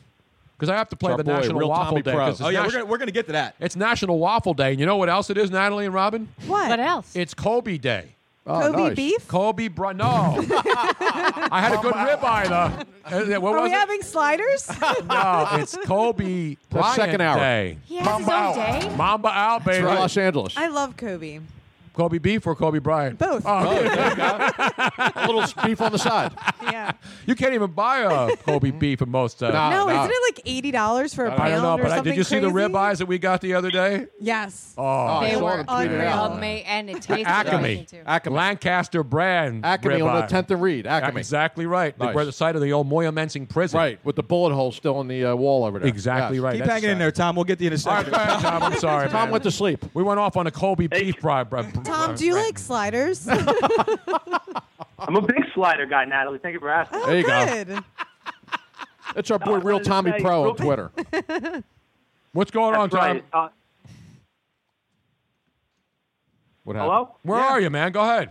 F: because I have to play
G: Our
F: the
G: boy,
F: National
G: real
F: Waffle
G: Tommy
F: Day.
G: Pro.
F: 'cause it's
G: Oh, yeah, we're
F: nation-
G: gonna- we're gonna get to that.
F: It's National Waffle Day. And you know what else it is, Natalie and Robin?
J: What? What else?
F: It's Kobe Day.
J: Oh, Kobe nice. beef?
F: Kobe, bro- no. *laughs* I had a good ribeye though. Uh, What
J: Are we
F: was it?
J: having
F: *laughs*
J: sliders?
F: No, it's Kobe
H: Oh, *laughs* The
F: Bryant
H: second hour.
F: Day.
J: He has his own day?
F: Mamba out, baby.
H: right. Los Angeles.
J: I love Kobe.
F: Kobe beef or Kobe Bryant? Oh,
J: Both.
F: *laughs*
H: a little beef on the side.
J: Yeah.
F: You can't even
H: *laughs*
F: buy a Kobe beef in most. Uh,
J: no, isn't it like eighty dollars for a pound
F: I don't know,
J: or
F: but I,
J: something
F: did you see the
J: crazy?
F: ribeyes that we got the other day?
J: Yes.
F: Oh,
I: they were
H: tweeted
I: unreal,
H: out.
I: ma- Um, and it tasted
F: Acme.
I: amazing, too.
H: Oh. Acme.
F: Lancaster brand.
H: Acme on the
F: ribeye.
H: 10th and Reed. Acme.
F: Exactly right. They
H: Nice.
F: were at the site of the old Moya Mensing prison.
H: Right, with the bullet hole still in the uh, wall over there.
F: Exactly right.
G: Keep
F: That's-
G: hanging in there, Tom. We'll get to you in a
F: All right,
G: second.
F: go ahead,
H: *laughs*
F: Tom. I'm sorry.
H: Tom
F: man.
H: went to sleep.
F: We went off on a Kobe beef fry. bro-
J: Tom, do you like sliders?
K: I'm a big slider guy, Natalie. Thank you for asking.
H: There you go.
J: Good.
H: That's our boy,
K: No, I
H: Real
K: wanted to
H: Tommy
K: say-
H: Pro on Twitter.
K: *laughs*
F: What's going on,
K: That's
F: Tom?
K: right. Uh,
H: What happened?
K: hello?
F: Where are you, man? Go ahead.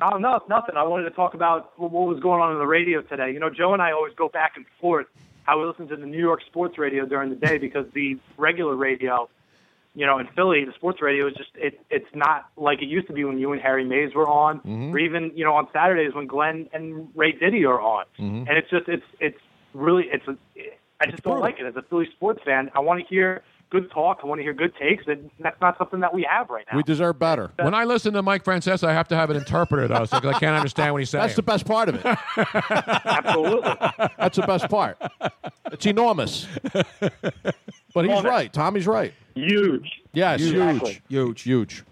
K: Oh, no, nothing. I wanted to talk about what what was going on in the radio today. You know, Joe and I always go back and forth how we listen to the New York sports radio during the day because the regular radio, *laughs* you know, in Philly, the sports radio is just it. It's not like it used to be when you and Harry Mays were on, or even you know on Saturdays when Glenn and Ray Diddy are on.
B: Mhm.
K: And it's just it's it's really it's I just don't like it as a Philly sports fan. I want to hear good talk. I want to hear good takes, and that's not something that we have right now.
H: We deserve better.
F: When I listen to Mike Francesa, I have to have an interpreter, though, so 'cause I can't understand what he's saying.
H: That's the best part of it.
K: *laughs* Absolutely.
H: That's the best part. It's enormous. But he's
K: Love it.
H: right. Tommy's right.
K: Huge.
H: Yes,
K: Exactly.
H: huge. Huge, huge,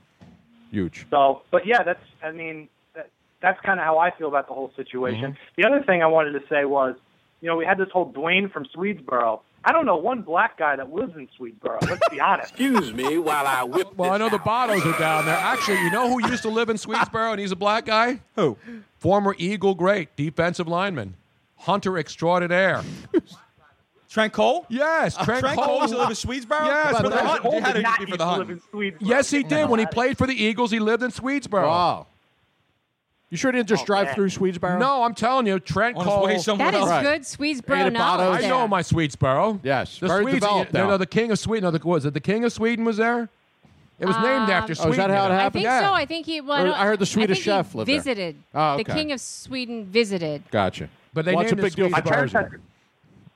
H: huge.
K: So, but yeah, that's I mean that, that's kind of how I feel about the whole situation. The other thing I wanted to say was You know, we had this whole Dwayne from Swedesboro. I don't know one black guy that lives in Swedesboro. Let's be *laughs* honest.
D: Excuse me while I whip.
F: Well, I know the Bottos are down there. Actually, you know who used to live in Swedesboro and he's a black guy? Who? Former Eagle great defensive lineman, Hunter extraordinaire. Trent Cole? Yes, Trent,
M: Uh, Trent Cole used to live in Swedesboro?
F: Yes,
M: But
F: but
M: Trent
F: that-
M: Cole did Had an not interview for the used to Hunt. live in Swedesboro.
F: Yes, he did.
M: No.
F: When he played for the Eagles, he lived in Swedesboro.
H: Wow. You sure didn't just
F: Oh,
H: drive
F: man.
H: through Swedesboro?
F: No, I'm telling you, Trent
H: On his
F: Cole.
H: way somewhere That is else. good Swedesboro Ate a knowledge
F: I
H: there.
F: know my Swedesboro.
H: Yes,
F: the
H: very
F: Swedes-
H: developed
F: No,
H: now.
F: no, the King of Sweden. No, the, was it the King of Sweden was there? It was named
H: Oh,
F: after Sweden.
I: Um, Ah. I think so. I think he. Well,
F: Or
I: no,
F: I heard the
I: I
F: Swedish
I: think
F: chef
I: he
F: lived there.
I: visited.
F: Oh,
I: The
F: okay.
I: king of Sweden visited.
H: Gotcha.
F: But they
H: Well, it's a
F: named
H: big
F: it
H: deal for
K: my
H: Bars
K: parents had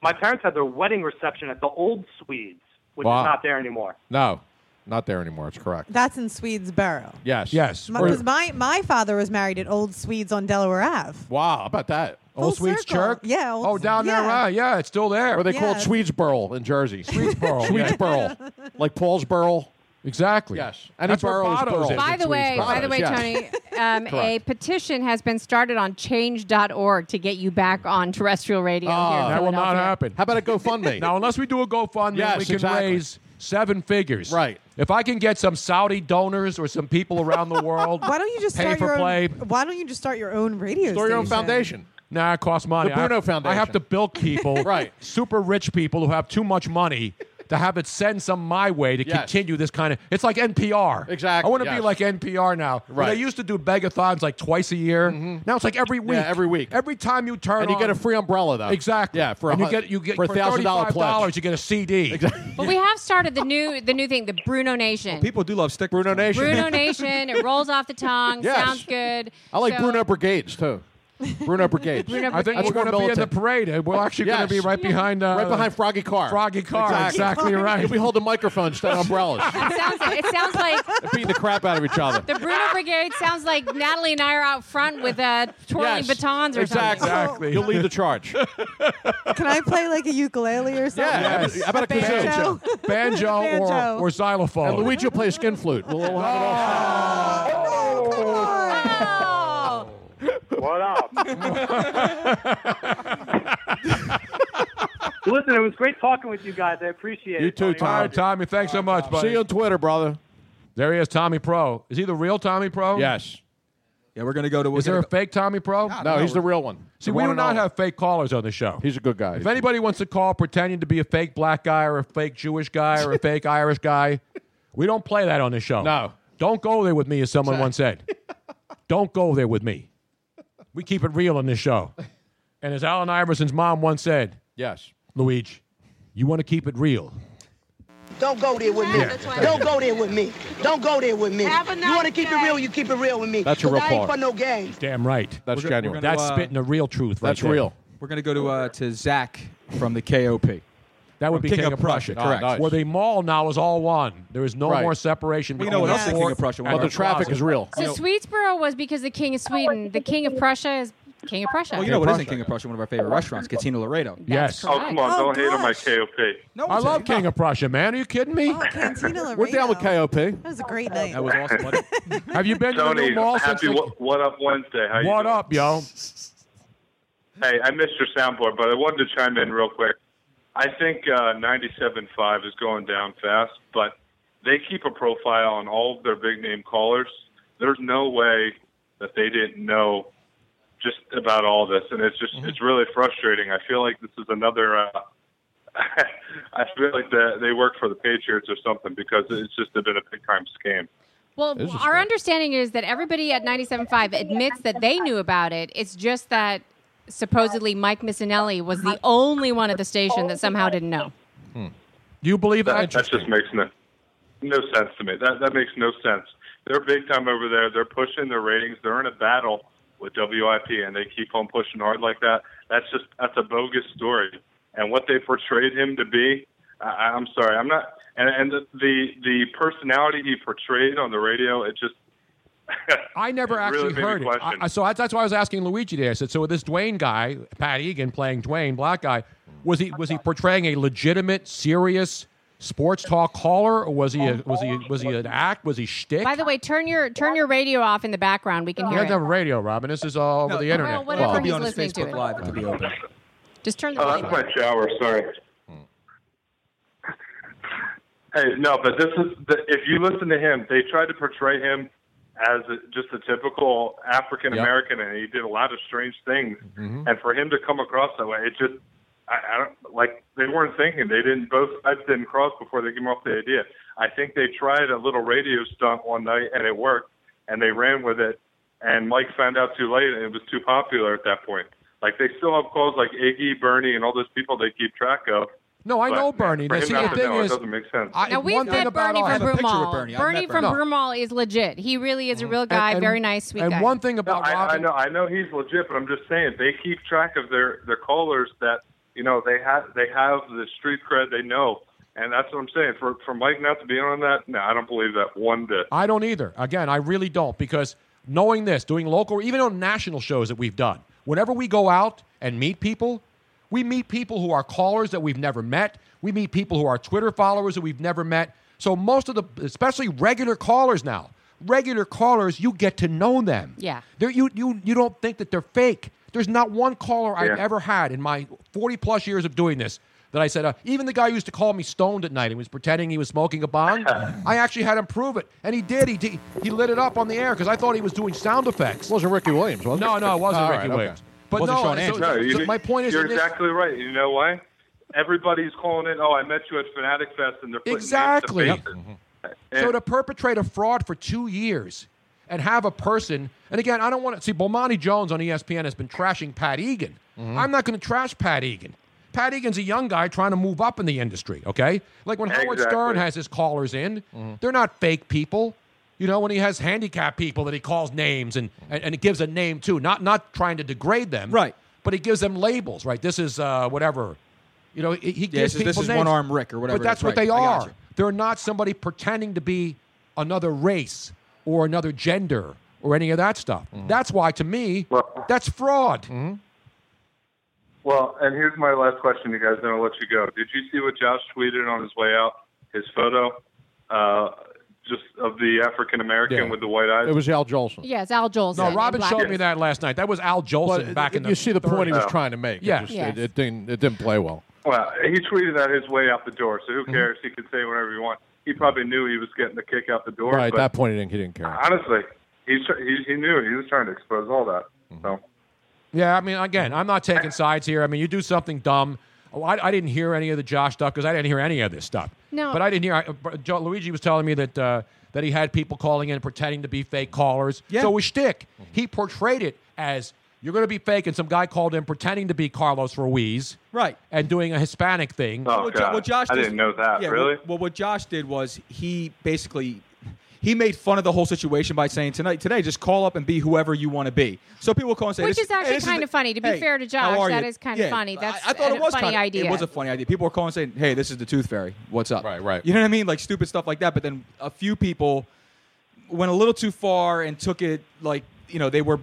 K: my parents had their wedding reception at the old Swedes, which
H: Wow.
K: is not there anymore.
H: No, not there anymore. It's correct.
J: That's in Swedesboro.
H: Yes. Yes.
J: Because my, my father was married at Old Swedes on Delaware Ave.
H: wow, how about that?
J: Old Full Swedes circle. Church? Yeah, Old-
H: oh,
J: down there, yeah. right,
F: Yeah, it's still there.
H: Or they call it
J: Yes.
H: Swedesboro in
F: *laughs*
H: Jersey. Swedesboro. Swedesboro.
I: *laughs*
H: like Paulsboro.
F: Exactly.
H: Yes. Any
F: That's where
H: borough is
F: Botto's
H: borough.
F: is.
I: By the way, by the way,
H: Yes.
I: Tony, um, a
H: Correct.
I: petition has been started on Change.org to get you back on terrestrial radio. here in
F: Ah, that will not
I: Philadelphia.
F: happen. How
H: about a
F: *laughs*
H: GoFundMe? now,
F: unless we do a GoFundMe,
H: Yes,
F: we can
H: exactly.
F: raise seven figures. Right. If I can get some Saudi donors or some people around the world,
J: *laughs* Why don't you just
F: pay
J: start
F: for
J: your
F: play?
J: own, Why don't you just start your own radio?
F: Start your own
J: station?
F: foundation. Nah, it costs money.
H: The
F: I have-
H: Bruno Foundation.
F: I have to bilk
H: *laughs*
F: people,
H: Right.
F: Super rich people who have too much money to have it send some my way to
H: Yes.
F: continue this kind of. It's like NPR.
H: Exactly,
F: I want to
H: yes.
F: be like NPR now. Where
H: Right. Mm-hmm.
F: They used to do begathons like twice a year. Now it's like every week.
H: every
F: week. Every time you turn,
H: And you
F: on-
H: get a free umbrella, though.
F: Exactly.
H: Yeah, for a
F: and you
H: hun-
F: get you get
H: for a $1,000 pledge.
F: dollars. You get a CD. Exactly.
I: But we have started the new the new thing, the Bruno Nation.
F: *laughs* People do love stick Bruno
H: *laughs*
F: Nation.
I: Bruno Nation. It rolls off the
F: *laughs*
I: tongue.
H: Yes.
I: Sounds good.
H: I like
I: So-
H: Bruno Brigades, too. Bruno Brigades.
I: Bruno
F: I think
H: That's
F: we're
H: more
F: going to be in the
H: militant.
F: parade. and We're actually going
H: Yes.
F: to be right behind uh,
H: right behind Froggy Carr.
F: Froggy Carr, exactly right.
H: If we hold the microphone
I: *laughs*
H: instead of umbrellas,
I: It sounds, it sounds like
H: beating the crap out of each other.
I: the Bruno Brigade sounds like Natalie and I are out front with uh, twirling
H: Yes,
I: batons or
H: exactly.
I: something.
H: You'll lead the charge.
I: *laughs*
J: Can I play like a ukulele or something?
H: Yes. How about a
J: banjo?
H: kazoo?
F: banjo,
J: Banjo.
F: Or, or xylophone. Oh.
H: And Luigi will play skin flute. We'll, we'll have it all.
K: What
F: *laughs*
K: up? Listen, it was great talking with you guys. I appreciate it. Tony.
F: All right, Tommy. Thanks so much, buddy.
H: See you on Twitter, brother.
F: There he is, Tommy Pro. Is he the real Tommy Pro?
H: Yes.
F: Yeah, we're gonna go to. Is there a fake Tommy Pro? No,
H: no, he's the real one.
F: See,
H: The
F: we
H: one
F: do
H: and
F: not
H: all.
F: have fake callers on the show.
H: He's a good guy.
F: If anybody wants to call pretending to be a fake black guy or a fake Jewish guy or
H: *laughs*
F: a fake Irish guy, we don't play that on the show. No. Don't go there with me, as someone once said. *laughs* don't go there with me. We keep it real on this show. And as Alan Iverson's mom once said,
H: Yes.
F: Luigi, you want to keep it real.
N: Don't go there with me.
F: Yeah, that's what I
N: Don't
F: said.
N: go there with me. Don't go there with me.
O: Have a
N: you
O: nice
N: want to keep it real, you keep it real with me.
F: That's a real
N: 'Cause I ain't
F: caller.
N: for no game.
F: Damn right.
H: That's
G: We're gonna- genuine. we're gonna,
F: That's
G: uh,
F: spitting the real truth. right
G: That's
F: there.
G: real. We're going to go to uh, to Zach from the KOP.
F: That would
G: From
F: be
G: King of Prussia, correct.
F: Well, Where the mall now is all one. There is no
G: Right.
F: more separation.
G: We know what
F: between
G: else is
F: the
G: King
F: court
G: of Prussia.
F: and
G: Well, the traffic
F: closet.
G: is real.
I: So Swedesboro was because the king of Sweden. The king of Prussia is king of Prussia.
G: Well, you know what isn't King of Prussia? One of our favorite restaurants, Catino Laredo.
F: Yes.
I: correct.
G: Oh,
I: Oh,
G: come
I: on,
G: don't
C: hate Oh, on my KOP.
G: No,
F: I love King of Prussia, man. Are you kidding me?
J: We're down
F: with KOP.
J: Oh, That was a great night.
F: That was awesome. Have you been to the
C: Tony,
F: new mall since
C: happy
F: the-
C: what, what Up Wednesday. How you
F: What
C: doing?
F: up, yo?
C: Hey, I missed your soundboard, but I wanted to chime in real quick. I think uh, 97.5 is going down fast, but they keep a profile on all of their big name callers. There's no way that they didn't know just about all this, and it's just it's really frustrating. I feel like this is another. Uh, *laughs* I feel like the, they work for the Patriots or something because it's just been a big time scam.
I: Well,
C: This is
I: our understanding is that everybody at 97.5 admits that they knew about it. It's just that supposedly Mike Missinelli was the only one at the station that somehow didn't know.
F: Do you believe
C: that? That just makes no, no sense to me. That that makes no sense. They're big time over there. They're pushing their ratings. They're in a battle with WIP, and they keep on pushing hard like that. That's just that's a bogus story. And what they portrayed him to be, I, I'm sorry, I'm not. And, and the, the the personality he portrayed on the radio, it
F: *laughs*
C: just
F: I never
C: It
F: actually
C: really made me
F: heard it. I-
C: question.
F: I- so I- that's why I was asking Luigi there. I said, so this Dwayne guy, Pat Egan playing Dwayne, black guy, was he was he portraying a legitimate, serious sports talk caller, or was he a, was he was he an act? Was he shtick?
I: By the way, turn your turn your radio off in the background. We can
F: You
I: hear
F: have to
I: it.
F: have a radio, Robin. This is all over the internet.
I: well, whatever Well, he's listening to.
G: Live, it could be open.
I: Just turn the
C: Oh,
I: volume.
C: that's my shower. Sorry. Hey, no, but this is the, if you listen to him, they tried to portray him as a, just a typical African American, and he did a lot of strange things. And for him to come across that way, it just I, I don't like they weren't thinking. They didn't both sides didn't cross before they came up with the idea. I think they tried a little radio stunt one night and it worked, and they ran with it. And Mike found out too late, and it was too popular at that point. Like they still have calls like Iggy, Bernie, and all those people they keep track of.
F: No, I
C: But
F: know Bernie.
C: For
F: Now,
C: him
F: see,
C: not
F: the
C: to
F: thing
C: know,
F: is-
C: it doesn't make sense.
F: I-
I: Now we've
F: one thing
I: met
F: about
I: Bernie
F: all- I
I: from
F: have a picture with
I: Brumall.
F: Bernie. I've
I: Bernie
F: met
I: from
F: Bernie.
I: Brumall is legit. He really is a real guy,
F: and-
I: very nice, sweet
F: and
I: guy.
F: one thing about
C: I, I
F: Robin-
C: know, I know he's legit, but I'm just saying they keep track of their their callers that you know they have they have the street cred they know, and that's what I'm saying. For for Mike not to be on that, no, I don't believe that one bit.
F: I don't either. Again, I really don't because knowing this, doing local, even on national shows that we've done, whenever we go out and meet people, we meet people who are callers that we've never met. We meet people who are Twitter followers that we've never met. So most of the, especially regular callers now, regular callers, you get to know them.
I: Yeah.
F: They're, you, you, you don't think that they're fake. There's not one caller I've
C: Yeah.
F: ever had in my 40 plus years of doing this that I said, uh, even the guy who used to call me stoned at night and was pretending he was smoking
C: *laughs*
F: a bong, I actually had him prove it. And he did. He, did, he lit it up on the air because I thought he was doing sound effects. wasn't Ricky Williams, was
H: it?
F: No, no, it wasn't
H: All right,
F: Ricky
H: okay.
F: Williams. But
H: Wasn't
F: no,
H: Sean
F: so-
H: Andrews.
F: so-
C: No, you-
F: so my point is
C: you're
F: in this-
C: exactly right. You know why? Everybody's calling in. Oh, I met you at Fanatic Fest, and they're putting names to
F: Exactly.
C: faces.
H: Mm-hmm.
C: And-
F: So to perpetrate a fraud for two years and have a person, and again, I don't want to see Bomani Jones on E ESPN has been trashing Pat Egan. I'm not going to trash Pat Egan. Pat Egan's a young guy trying to move up in the industry. Okay, like when Howard
C: Exactly.
F: Stern has his callers in, they're not fake people. You know, when he has handicapped people that he calls names and and, and it gives a name too, not not trying to degrade them, right? But he gives them labels, right? This is uh, whatever. You know, he, he
G: Yeah, this
F: gives
G: is- this
F: people
G: is
F: names.
G: one-armed Rick or whatever it
F: But that's
G: is,
F: what
G: right.
F: they
G: I
F: are.
G: got you.
F: They're not somebody pretending to be another race or another gender or any of that stuff.
H: Mm-hmm.
F: That's why, to me, that's fraud.
C: Well, and here's my last question, you guys, then I'll let you go. Did you see what Josh tweeted on his way out? His photo, uh, just of the African American
H: Yeah.
C: with the white eyes.
H: It was Al Jolson.
I: Yeah, it's Al Jolson.
F: No,
I: in
F: Robin
I: Black
F: showed
I: Panther.
F: me that last night. That was Al Jolson back in the.
H: you see the point he was
F: 30s.
H: trying to make.
F: Yeah.
H: It, just,
F: Yes.
H: it, it didn't, it didn't play well.
C: Well, he tweeted that his way out the door, so who
H: Mm-hmm.
C: cares? He could say whatever he wants. He probably knew he was getting the kick out the door.
H: right, at
C: but
H: that point, he didn't, he didn't care.
C: honestly, he's, tr- he, he knew he was trying to expose all that.
H: Mm-hmm.
C: So.
F: Yeah, I mean, again, I'm not taking sides here. I mean, you do something dumb. Oh, I, I didn't hear any of the Josh stuff because I didn't hear any of this stuff.
I: No.
F: but I didn't hear. I, uh, Jo- Luigi was telling me that uh, that he had people calling in pretending to be fake callers. Yeah. Mm-hmm. So it was shtick. He portrayed it as you're going to be fake, and some guy called in pretending to be Carlos Ruiz, right, Oh, and doing a Hispanic thing.
G: Well, Jo- well, Josh does- yeah, Well, well, what Josh did was he basically he made fun of the whole situation by saying tonight, today, just call up and be whoever you want to be. So people call and say,
I: Which
G: this-
I: is actually
G: hey, this
I: kinda
G: the-
I: funny. To be
G: hey,
I: fair to
G: how
I: Josh,
G: are
I: that
G: you?
I: is kinda
G: Yeah,
I: funny. That's
G: I, I thought
I: a
G: it was
I: funny
G: kinda-
I: idea.
G: It was a funny idea. People were calling saying, "Hey, this is the Tooth Fairy. What's up?" Right, right. You know what I mean? Like stupid stuff like that. But then a few people went a little too far and took it like you know they were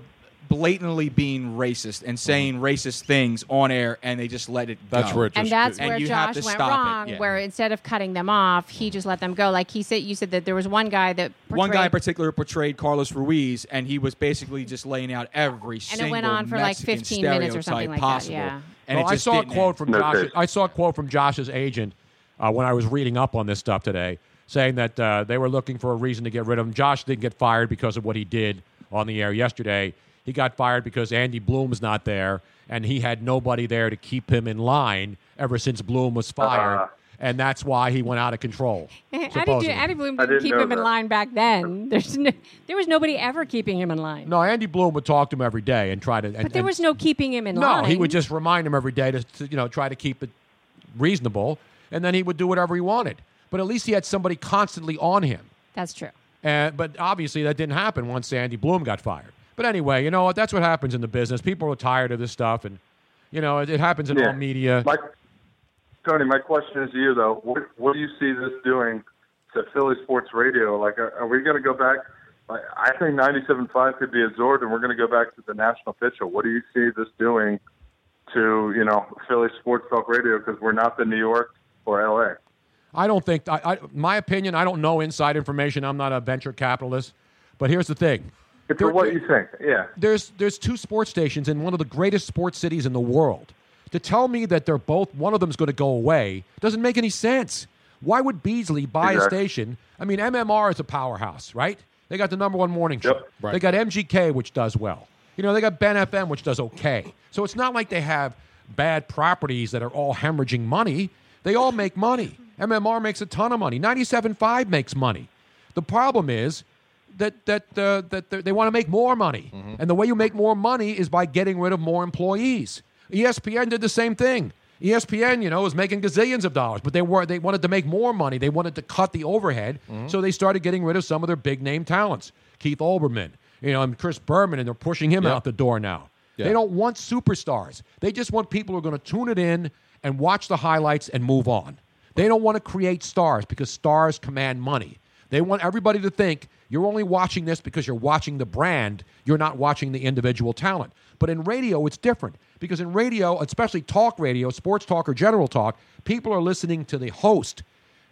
G: blatantly being racist and saying racist things on air, and they just let it.
H: That's
G: go.
H: where it
I: and that's where
G: you have
I: Josh
G: to
I: went
G: stop it.
I: wrong.
G: Yeah.
I: Where instead of cutting them off, he just let them go. Like he said, you said that there was one guy that
G: one guy in
I: portrayed-
G: *laughs* particular portrayed Carlos Ruiz, and he was basically just laying out every
I: And
G: single
I: it went on for like
G: Mexican
I: 15 minutes or
G: stereotype
I: something like that,
G: possible.
I: yeah.
G: And
F: No,
G: it
F: I
G: just
F: saw a
G: didn't
F: quote
G: end.
F: from Josh. I saw a quote from Josh's agent uh, when I was reading up on this stuff today, saying that uh, they were looking for a reason to get rid of him. Josh didn't get fired because of what he did on the air yesterday. He got fired because Andy Bloom's not there, and he had nobody there to keep him in line ever since Bloom was fired,
I: Ah.
F: and that's why he went out of control.
I: Eh, Andy,
F: supposedly.
I: Andy Bloom
F: I
I: didn't
F: didn't
I: keep
F: know
I: him in
F: that.
I: line back then. *laughs* There's no, there was nobody ever keeping him in line.
F: No, Andy Bloom would talk to him every day and try to. And,
I: But there
F: and-
I: was no keeping him in
F: no,
I: line.
F: he would just remind him every day to, to, you know try to keep it reasonable, and then he would do whatever he wanted. But at least he had somebody constantly on him.
I: That's true.
F: And but obviously that didn't happen once Sandy Bloom got fired. But anyway, you know what? That's what happens in the business. People are tired of this stuff, and you know it, it happens in
C: Yeah.
F: all media.
C: My, Tony, my question is to you though. What, what do you see this doing to Philly sports radio? Like, are, are we going to go back? Like, I think 97.5 could be absorbed, and we're going to go back to the national picture. What do you see this doing to you know Philly sports talk radio? Because we're not the New York or LA.
F: I don't think, I, I, my opinion, I don't know inside information. I'm not a venture capitalist. But here's the thing
C: It's for what you think. Yeah.
F: there's there's two sports stations in one of the greatest sports cities in the world To tell me that they're both one of them's going to go away doesn't make any sense. Why would Beasley buy
O: Exactly.
F: a station? I mean, MMR is a powerhouse, right? They got the number one morning show. They got MGK, which does well. You know, they got Ben FM, which does okay. So it's not like they have bad properties that are all hemorrhaging money. They all make money. MMR makes a ton of money. 97.5 makes money. The problem is that that uh, that they- they want to make more money,
H: Mm-hmm.
F: and the way you make more money is by getting rid of more employees. E ESPN did the same thing. E ESPN, you know, was making gazillions of dollars, but they were they wanted to make more money. They wanted to cut the overhead,
H: Mm-hmm.
F: so they started getting rid of some of their big name talents, Keith Olbermann, you know, and Chris Berman, and they're pushing him
H: Yeah.
F: out the door now.
H: Yeah.
F: They don't want superstars. They just want people who are going to tune it in and watch the highlights and move on. They don't want to create stars because stars command money. They want everybody to think you're only watching this because you're watching the brand, you're not watching the individual talent. But in radio, it's different because in radio, especially talk radio, sports talk, or general talk, people are listening to the host.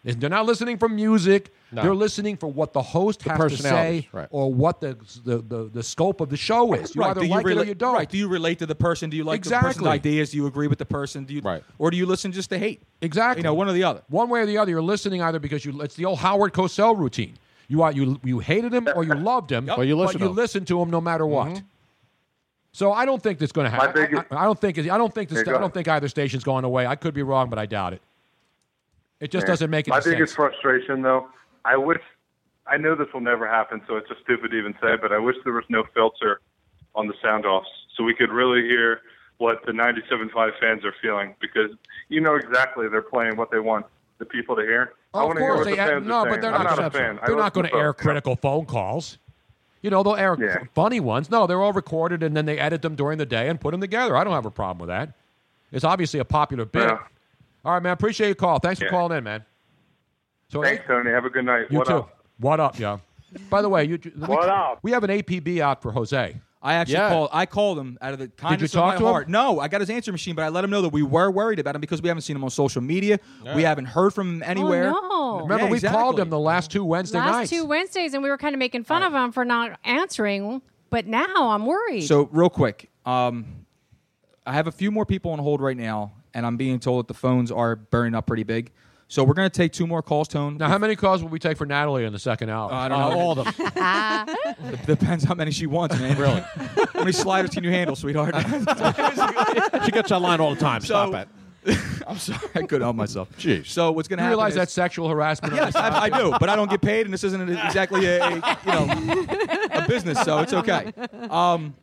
F: They're not listening for music.
H: No.
F: They're listening for what the host has to
H: personalities,
F: say or what the, the, the, the scope of the show is. You
G: right.
F: either
G: do you
F: like it or
G: relate-
F: you don't.
G: Right. Do you relate to the person? Do you like the person's
F: Exactly.
G: ideas? Do you agree with the person? Do you right. or do you listen just to hate?
F: Exactly.
G: You know, one or the other.
F: One way or the other, you're listening either because you it's the old Howard Cosell routine. You are, you you hated him
G: *coughs*
F: or you loved him,
H: Yep. But you listen to him.
F: to him no matter what.
G: Mm-hmm.
F: So I don't think that's going to
H: My
F: happen. I-
H: biggest-
F: I, I don't think I don't think this,
H: Yeah, go
F: I
H: ahead.
F: don't think either station's going away. I could be wrong, but I doubt it. It just
C: Yeah.
F: doesn't make any
C: My
F: sense.
C: biggest frustration, though, I wish I know this will never happen, so it's just stupid to even say, but I wish there was no filter on the sound offs so we could really hear what the 97.5 fans are feeling because you know exactly they're playing what they want the people to hear. I
F: Oh,
C: want
F: of
C: to hear
F: course,
C: what the
F: they
C: fans
F: no,
C: are saying.
F: but they're
C: I'm
F: not,
C: not a fan. I
F: They're not
C: listen
F: going to air critical phone calls. You know, they'll air funny ones. No, they're all recorded and then they edit them during the day and put them together. I don't have a problem with that. It's obviously a popular bit. All right, man. Appreciate your call. Thanks for calling in, man. So
C: Thanks, Tony. Have a good night.
F: You
C: what
F: too.
C: up?
F: What up, yo? By the way, you, we,
G: What up?
F: we have an APB out for Jose.
G: I actually called. I called him out of the kindness
F: you
G: of
F: talk
G: my
F: to him?
G: heart. No, I got his answer machine, but I let him know that we were worried about him because we haven't seen him on social media. We haven't heard from him anywhere.
I: Oh, no.
F: Remember,
G: Yeah,
F: we called
G: exactly.
F: him the last two Wednesday
I: Last
F: nights.
I: two Wednesdays, and we were kind of making fun of him for not answering. But now I'm worried.
G: So real quick, um, I have a few more people on hold right now, and I'm being told that the phones are burning up pretty big. So we're gonna take two more calls, Tone.
F: Now, how many calls will we take for Natalie in the second hour?
G: I don't know.
F: all of *laughs* them.
G: It depends how many she wants, man. really? how many sliders can you handle, sweetheart?
H: *laughs* she gets online all the time. Stop
G: it. *laughs* I'm sorry, I couldn't help myself.
H: Jeez.
G: So what's gonna
F: You
G: happen?
F: realize
G: is-
F: that's sexual harassment? on
G: Yes,
F: this
G: I, I do,
F: podcast?
G: but I don't get paid, and this isn't exactly a, a, you know a business, so it's okay. Um,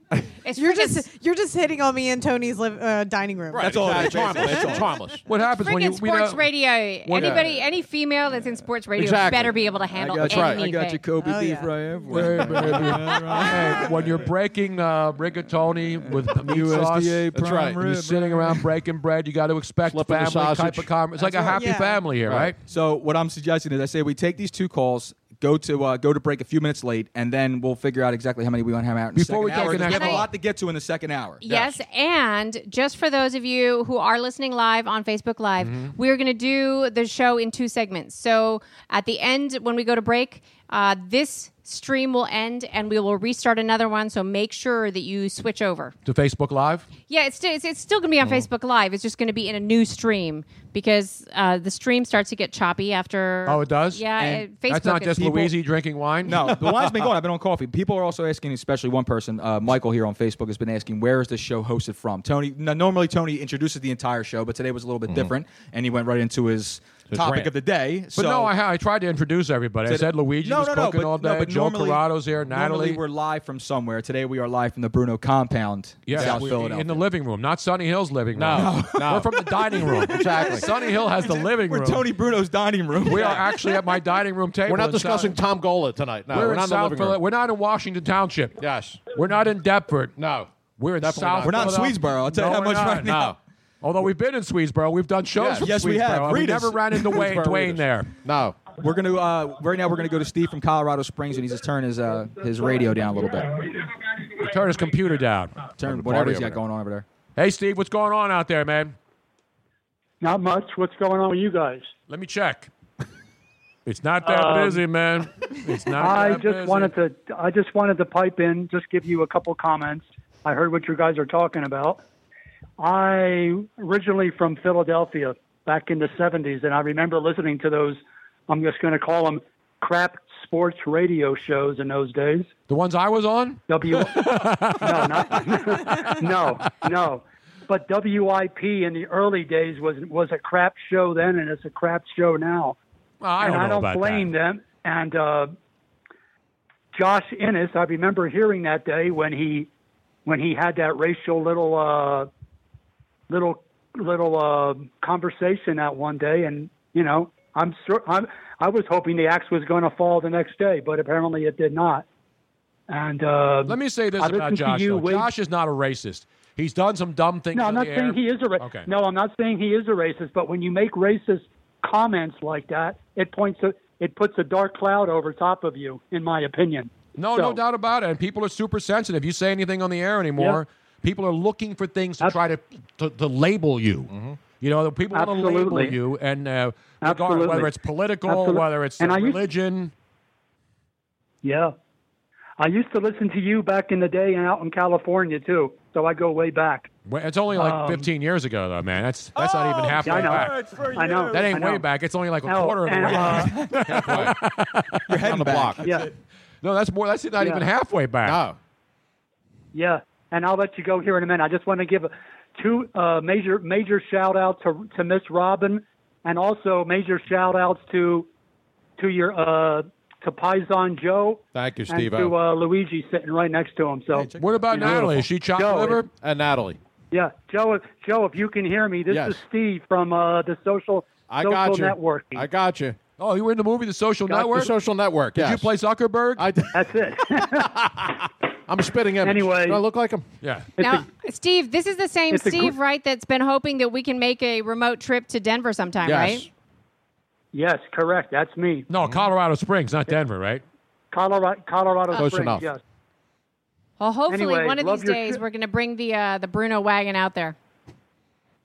J: you're just you're just hitting on me in Tony's liv- uh, dining room.
G: That's all it is.
H: Charmless.
G: basically. That's all.
H: Charmless.
F: What happens when you
I: Friggin'
F: we know-
I: sports radio.
F: When-
I: Anybody, any female that's in sports radio
F: Exactly.
I: better be able to handle
F: got you.
I: anything.
F: That's right. I got you, Kobe Oh, beef yeah. Hey, *laughs* baby. Hey, when you're breaking uh, rigatoni with meat sauce,
H: USDA prime
F: right. You're
H: rib,
F: sitting around breaking bread. You got to expect
H: Flipping the
F: family type
H: sausage.
F: of conversation. It's like a
H: That's right.
F: happy
H: Yeah.
F: family here, right?
G: So what I'm suggesting is, I say we take these two calls, go to uh, go to break a few minutes late, and then we'll figure out exactly how many we want to have out. In
F: Before we
G: the second hour,
F: take
G: 'cause
F: an
G: we have
F: extra
G: a
F: call.
G: lot to get to in the second hour.
I: Yes, and just for those of you who are listening live on Facebook Live,
F: Mm-hmm.
I: we're going to do the show in two segments. So at the end, when we go to break, uh, this stream will end and we will restart another one. So make sure that you switch over.
F: To Facebook Live.
I: Yeah, it's still it's, it's still going to be
F: Oh.
I: on Facebook Live. It's just going to be in a new stream because uh, the stream starts to get choppy after.
F: Oh, it does.
I: Yeah, it, Facebook.
F: That's not
I: is-
F: just Luigi drinking wine.
G: No, the wine's been going. I've been on coffee. People are also asking, especially one person, uh, Michael here on Facebook, has been asking, where is this show hosted from? Tony, no, normally Tony introduces the entire show, but today was a little bit different, and he went right into his topic
F: rant.
G: of the day.
F: *laughs* But no, I, ha- I tried to introduce everybody. I said Luigi was cooking all day. Joe Corrado's here. Natalie.
G: Normally we're live from somewhere. Today we are live from the Bruno compound, in
F: Yes,
G: South
F: we-
G: Philadelphia.
F: in the living room, not Sunny Hill's living room.
G: No, no.
F: *laughs* we're from the
G: *laughs*
F: dining room.
G: Exactly.
F: Sunny
G: *laughs*
F: Hill has the living
G: We're
F: room.
G: Tony Bruno's dining room.
F: We are actually at my dining room table.
H: We're not
F: in
H: discussing
F: South-
H: Tom Gola tonight. No,
F: we're,
H: we're,
F: in
H: not in the
F: South
H: living
F: Philly.
H: room.
F: We're not in Washington Township.
H: Yes.
F: We're not in Deptford.
H: No.
F: We're in
H: Definitely
F: South.
H: not. We're not in
F: Philadelphia.
H: Swedesboro, I'll tell you
F: No,
H: that
F: we're
H: much
F: not.
H: right now.
F: No. Although we've been in Swedesboro, we've done shows
G: Yes,
F: from
G: yes, we
F: Swedesboro,
G: have.
F: and We
G: Read us.
F: never ran into Wayne,
G: Swedesboro, read
F: Dwayne
G: us.
F: there.
H: No.
G: We're gonna uh, right now. We're gonna go to Steve from Colorado Springs, and he's just turn his uh, his radio down a little bit.
F: Turn his computer down.
G: Turn whatever he's got going on over there.
F: Hey, Steve, what's going on out there, man?
M: Not much. What's going on with you guys?
F: Let me check. It's not that
M: Um,
F: busy, man. It's not.
M: I
F: that
M: just
F: busy.
M: wanted to I just wanted to pipe in, just give you a couple comments. I heard what you guys are talking about. I originally from Philadelphia back in the 70s, and I remember listening to those, I'm just going to call them crap sports radio shows in those days.
F: The ones I was on? *laughs*
M: W. *laughs* no, not, *laughs* no, no. But WIP in the early days was was a crap show then, and it's a crap show now.
F: Well, I
M: and
F: don't
M: I
F: know
M: don't
F: about
M: blame them. And uh, Josh Innes, I remember hearing that day when he when he had that racial little uh, little little uh, conversation that one day, and you know, I'm sure I'm I was hoping the axe was going to fall the next day, but apparently it did not. And uh,
F: Let me say this
M: I
F: about
M: listened to
F: Josh.
M: you
F: though.
M: way-
F: Josh is not a racist. He's done some dumb things.
M: no, I'm
F: on
M: not
F: the air.
M: saying he is a racist.
F: Okay.
M: No, I'm not saying he is a racist. But when you make racist comments like that, it points a, it puts a dark cloud over top of you, in my opinion.
F: No, no
M: So-
F: doubt about it. And people are super sensitive. You say anything on the air anymore, people are looking for things to try to to, to label you.
H: Mm-hmm.
F: You know, the people want to label
M: Absolutely.
F: you, and uh, regard,
M: Absolutely.
F: whether it's political,
M: Absolute-
F: whether it's
M: And
F: uh,
M: I used-
F: religion.
M: Yeah. I used to listen to you back in the day and out in California too, so I go way back.
F: Well, It's only like
M: Um, Oh,
F: 15 years ago, though, man. That's that's not even halfway
M: I know.
F: back.
M: I know.
F: That
M: I
F: ain't
M: know.
F: way back. It's only like a
M: No,
F: quarter of the
M: and,
F: way.
M: uh,
F: *laughs* You're heading
M: on the back. block. Yeah.
F: No, that's more. That's not
M: Yeah.
F: even halfway back.
M: Yeah, and I'll let you go here in a minute. I just want to give a, two uh, major major shout out to to Miss Robin, and also major shout outs to to your uh, to Paisan Joe.
H: Thank you,
M: and
H: Steve.
M: to uh, Luigi sitting right next to him. So
F: What about
M: you know,
F: Uh, Natalie? Is she chopped
M: Joe,
F: liver?
H: And Uh, Natalie.
M: Yeah, Joe. if- Joe, if you can hear me, this
H: Yes.
M: is Steve from uh, the social
H: I
M: social
H: got you.
M: network.
H: I got you.
F: Oh, you were in the movie The Social
H: Got
F: Network?
H: The Social Network.
F: Did
H: yes.
F: you play Zuckerberg?
H: I did.
M: That's it.
H: *laughs* I'm a spitting image.
M: Anyway.
H: do I look like him?
F: Yeah.
I: Now, Steve, this is the same
H: it's a gr-
I: Steve, right? That's been hoping that we can make a remote trip to Denver sometime, right?
M: Yes, correct. That's me.
F: No,
H: Mm-hmm.
F: Colorado Springs, not Denver, right?
M: Colorado, Colorado
F: Close
M: Springs.
F: enough.
M: Yes.
I: Well, hopefully,
M: Anyway,
I: one of
M: love
I: these
M: your
I: days
M: sh-
I: we're going to bring the uh, the Bruno wagon out there.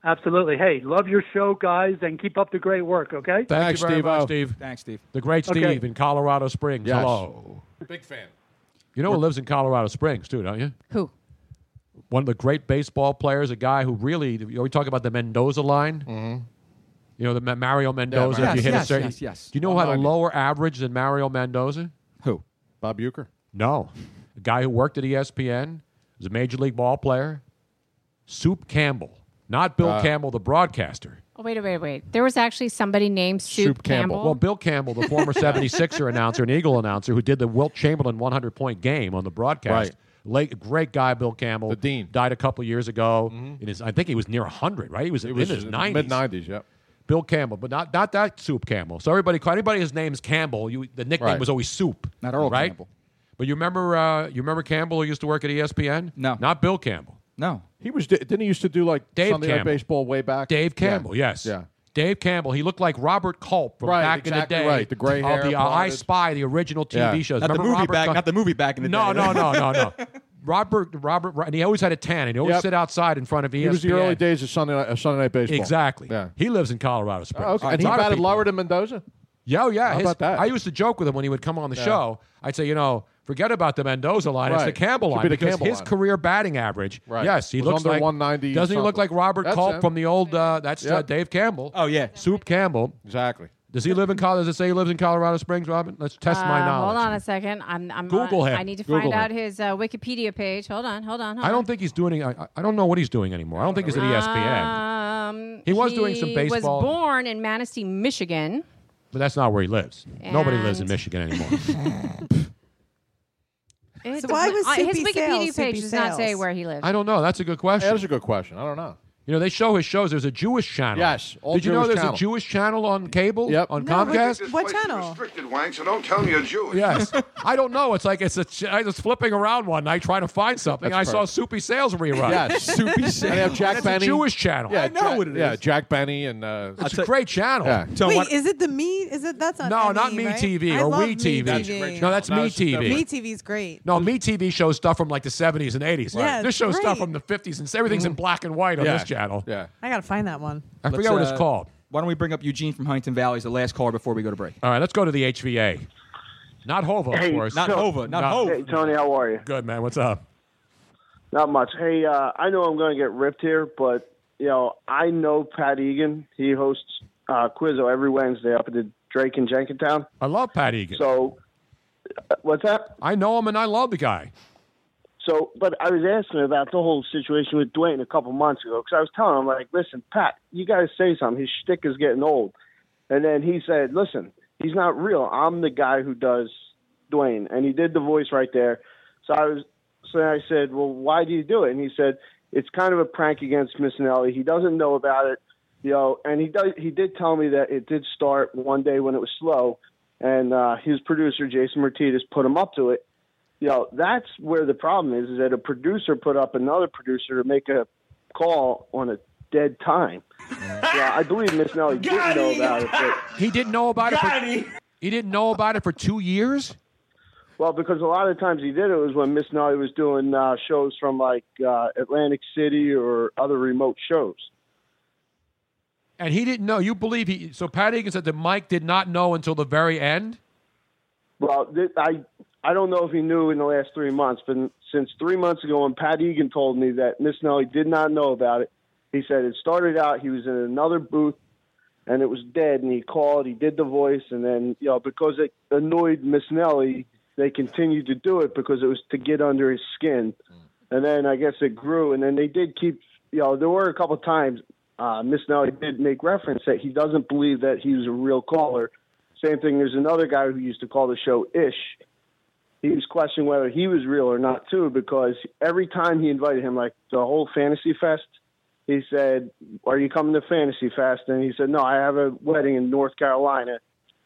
M: Absolutely. Hey, love your show, guys, and keep up the great work. Okay.
F: Thank you very much, Steve.
G: Thanks, Steve.
F: The great Steve
M: Okay.
F: in Colorado Springs.
H: Yes.
F: Hello.
H: Big fan.
F: You know who lives in Colorado Springs, too, don't you?
I: Who?
F: One of the great baseball players, a guy who really, you know, we talk about the Mendoza line. Mm-hmm. You know, the Ma- Mario Mendoza.
H: Mario.
F: if you
H: Yes,
F: hit a
H: yes,
F: certain,
H: yes, yes.
F: Do you know who had a
H: Remind me.
F: lower average than Mario Mendoza?
H: Who? Bob Euchre.
F: No. A guy who worked at E ESPN, was a major league ball player. Soup Campbell. Not Bill
H: Uh,
I: Ah.
F: Campbell, the broadcaster.
I: Oh, wait, wait, wait. There was actually somebody named Soup, Campbell.
F: Well, Bill Campbell, the former 76er announcer and Eagle announcer who did the Wilt Chamberlain 100 point game on the broadcast.
H: Right.
F: Late, great guy, Bill Campbell. The Dean. Died a couple years ago. In his, I think he was near 100, right? He was,
H: was
F: in his
H: in
F: 90s.
H: mid-nineties, yep.
F: Bill Campbell, but not, not that Soup Campbell. So everybody, anybody whose name's Campbell, you, the nickname
H: Right.
F: was always Soup.
H: Not Earl
F: right?
H: Campbell.
F: But you remember, uh, you remember Campbell who used to work at E ESPN? No. Not Bill Campbell.
G: No.
H: He was. Didn't he used to do like
F: Dave
H: Sunday Night
F: Campbell.
H: Baseball way back?
F: Dave Campbell, yes.
H: Yeah.
F: Dave Campbell, he looked like Robert Culp from
H: Right,
F: back
H: exactly
F: in the day.
H: right. The gray
F: of
H: hair,
F: the uh, I
H: parted.
F: Spy, the original TV
H: Yeah.
F: shows.
G: Not the
F: Remember
G: movie
F: Robert
G: back.
F: Culp?
G: not the movie back in the
F: no,
G: day.
F: no, no,
G: *laughs*
F: no, *laughs* no. Robert, Robert, and he always had a tan, and he always
H: Yep.
F: sit outside in front of E ESPN.
H: He was the early days of Sunday Night, uh, Sunday night Baseball.
F: Exactly.
H: Yeah.
F: He lives in Colorado Springs.
H: Oh, okay.
F: A
H: And he
F: lot of
H: batted
F: people-
H: lower than Mendoza.
F: Yeah, oh, yeah.
H: How
F: His-
H: about that?
F: I used to joke with him when he would come on the
H: Yeah.
F: show. I'd say, you know, forget about the Mendoza line. It's the
H: Right.
F: Campbell
H: Should
F: line
H: be the
F: because
H: Campbell
F: his
H: line.
F: career batting average.
H: Right.
F: Yes, he
H: Was
F: looks
H: under
F: like
H: 190
F: Doesn't he look
H: something.
F: like Robert
H: That's
F: Culp
H: him.
F: from the old? Uh, that's uh,
H: Yep.
F: Dave Campbell.
G: Oh yeah,
F: Soup Campbell.
H: Exactly.
F: Does he live in Colorado? Does it say he lives in Colorado Springs, Robin? Let's test my
I: Uh,
F: knowledge.
I: Hold on a second. I'm, I'm
F: Google
I: I,
F: him.
I: I need to
F: Google
I: find out
F: him.
I: his uh, Wikipedia page. Hold on, hold on. Hold
F: I don't think he's doing. I, I don't know what he's doing anymore. I don't think he's E at
I: Ah.
F: ESPN,
I: Um,
F: He was doing some baseball.
I: was born in Manistee, Michigan.
F: but that's not where he lives. Nobody lives in
I: And-
F: Michigan anymore.
I: It-
J: why was
I: uh, his
J: Soupy
I: Wikipedia
J: Sales
I: page
J: Soupy
I: does not say
J: Sales?
I: where he lives?
F: I don't know. That's a good question.
H: That's a good question. I don't know.
F: You know, they show his shows. There's a Jewish channel.
H: Yes, all
F: Did you know
H: Jewish
F: there's
H: channel.
F: a Jewish channel on cable?
H: Yep.
F: On
H: No,
F: Comcast?
J: What channel?
B: Restricted, Wang, so don't tell me you're Jewish.
F: *laughs* Yes. I don't know. It's like it's a ch- I was flipping around one night trying to find something.
H: That's
F: I saw
H: perfect.
F: Soupy Sales rerun.
H: Yes. Soupy
F: *laughs* And
H: Sales. They have Jack
F: That's
H: Benny.
F: a Jewish channel.
H: Yeah, Jack, Yeah, Jack Benny and uh,
F: It's a great channel.
H: Yeah.
J: Wait, is it the me? Is it that's on
F: No,
J: ME,
F: not Me
J: right?
F: TV
J: I
F: or
J: love
F: We
J: Me
F: TV. That's a great No, that's channel. Me
J: That's-
F: TV.
J: Me TV's great.
F: No, Me TV shows stuff from like the 70s and 80s.
J: Right. Yeah,
F: this shows
J: it's
F: stuff
J: great. Mm-hmm.
F: from the 50s and everything's in black and white on this channel.
H: Yeah.
J: I gotta find that one.
F: I forgot what it's called.
G: Why don't we bring up Eugene from Huntington Valley as the last caller before we go to break?
F: All right, let's go to the HVA. Not Hova, of
G: Hey,
F: course.
G: Not so- Hova, not Hova. Hey,
F: Tony, how are you? Good, man. What's up?
O: Not much. Hey, uh, I know I'm going to get ripped here, but you know I know Pat Egan. He hosts uh, Quizzo every Wednesday up at the Drake and Jenkintown.
F: I love
G: *laughs*
F: Pat Egan.
O: So, uh, what's that?
F: I know him and I love the guy.
O: So, but I was asking about the whole situation with Dwayne a couple months ago because I was telling him like, listen, Pat, you got to say something. His shtick is getting old. And then he said, listen, he's not real. I'm the guy who does Dwayne, and he did the voice right there. So I was, so I said, well, why do you do it? And he said, it's kind of a prank against Miss Nelly. He doesn't know about it, you know. And he does, he did tell me that it did start one day when it was slow, and uh, his producer Jason Martinez put him up to it. You know, that's where the problem is: is that a producer put up another producer to make a call on a dead time. yeah, I believe Miss Nelly didn't know about it. But
F: He didn't know about it. For, he didn't know about it for two years.
O: Well, because a lot of times he did it was when Miss Nelly was doing uh, shows from like uh, Atlantic City or other remote shows.
F: And he didn't know. You believe he? So Pat Egan said that Mike did not know until the very end.
O: Well, th- I I don't know if he knew in the last three months, but since three months ago, when Pat Egan told me that Miss Nelly did not know about it, he said it started out he was in another booth and it was dead, and he called, he did the voice, and then you know because it annoyed Miss Nelly, they continued to do it because it was to get under his skin, and then I guess it grew, and then they did keep you know there were a couple times uh, Miss Nelly did make reference that he doesn't believe that he was a real caller. Same thing. There's another guy who used to call the show Ish. He was questioning whether he was real or not too, because every time he invited him, like the whole Fantasy Fest, he said, "Are you coming to Fantasy Fest?" And he said, "No, I have a wedding in North Carolina."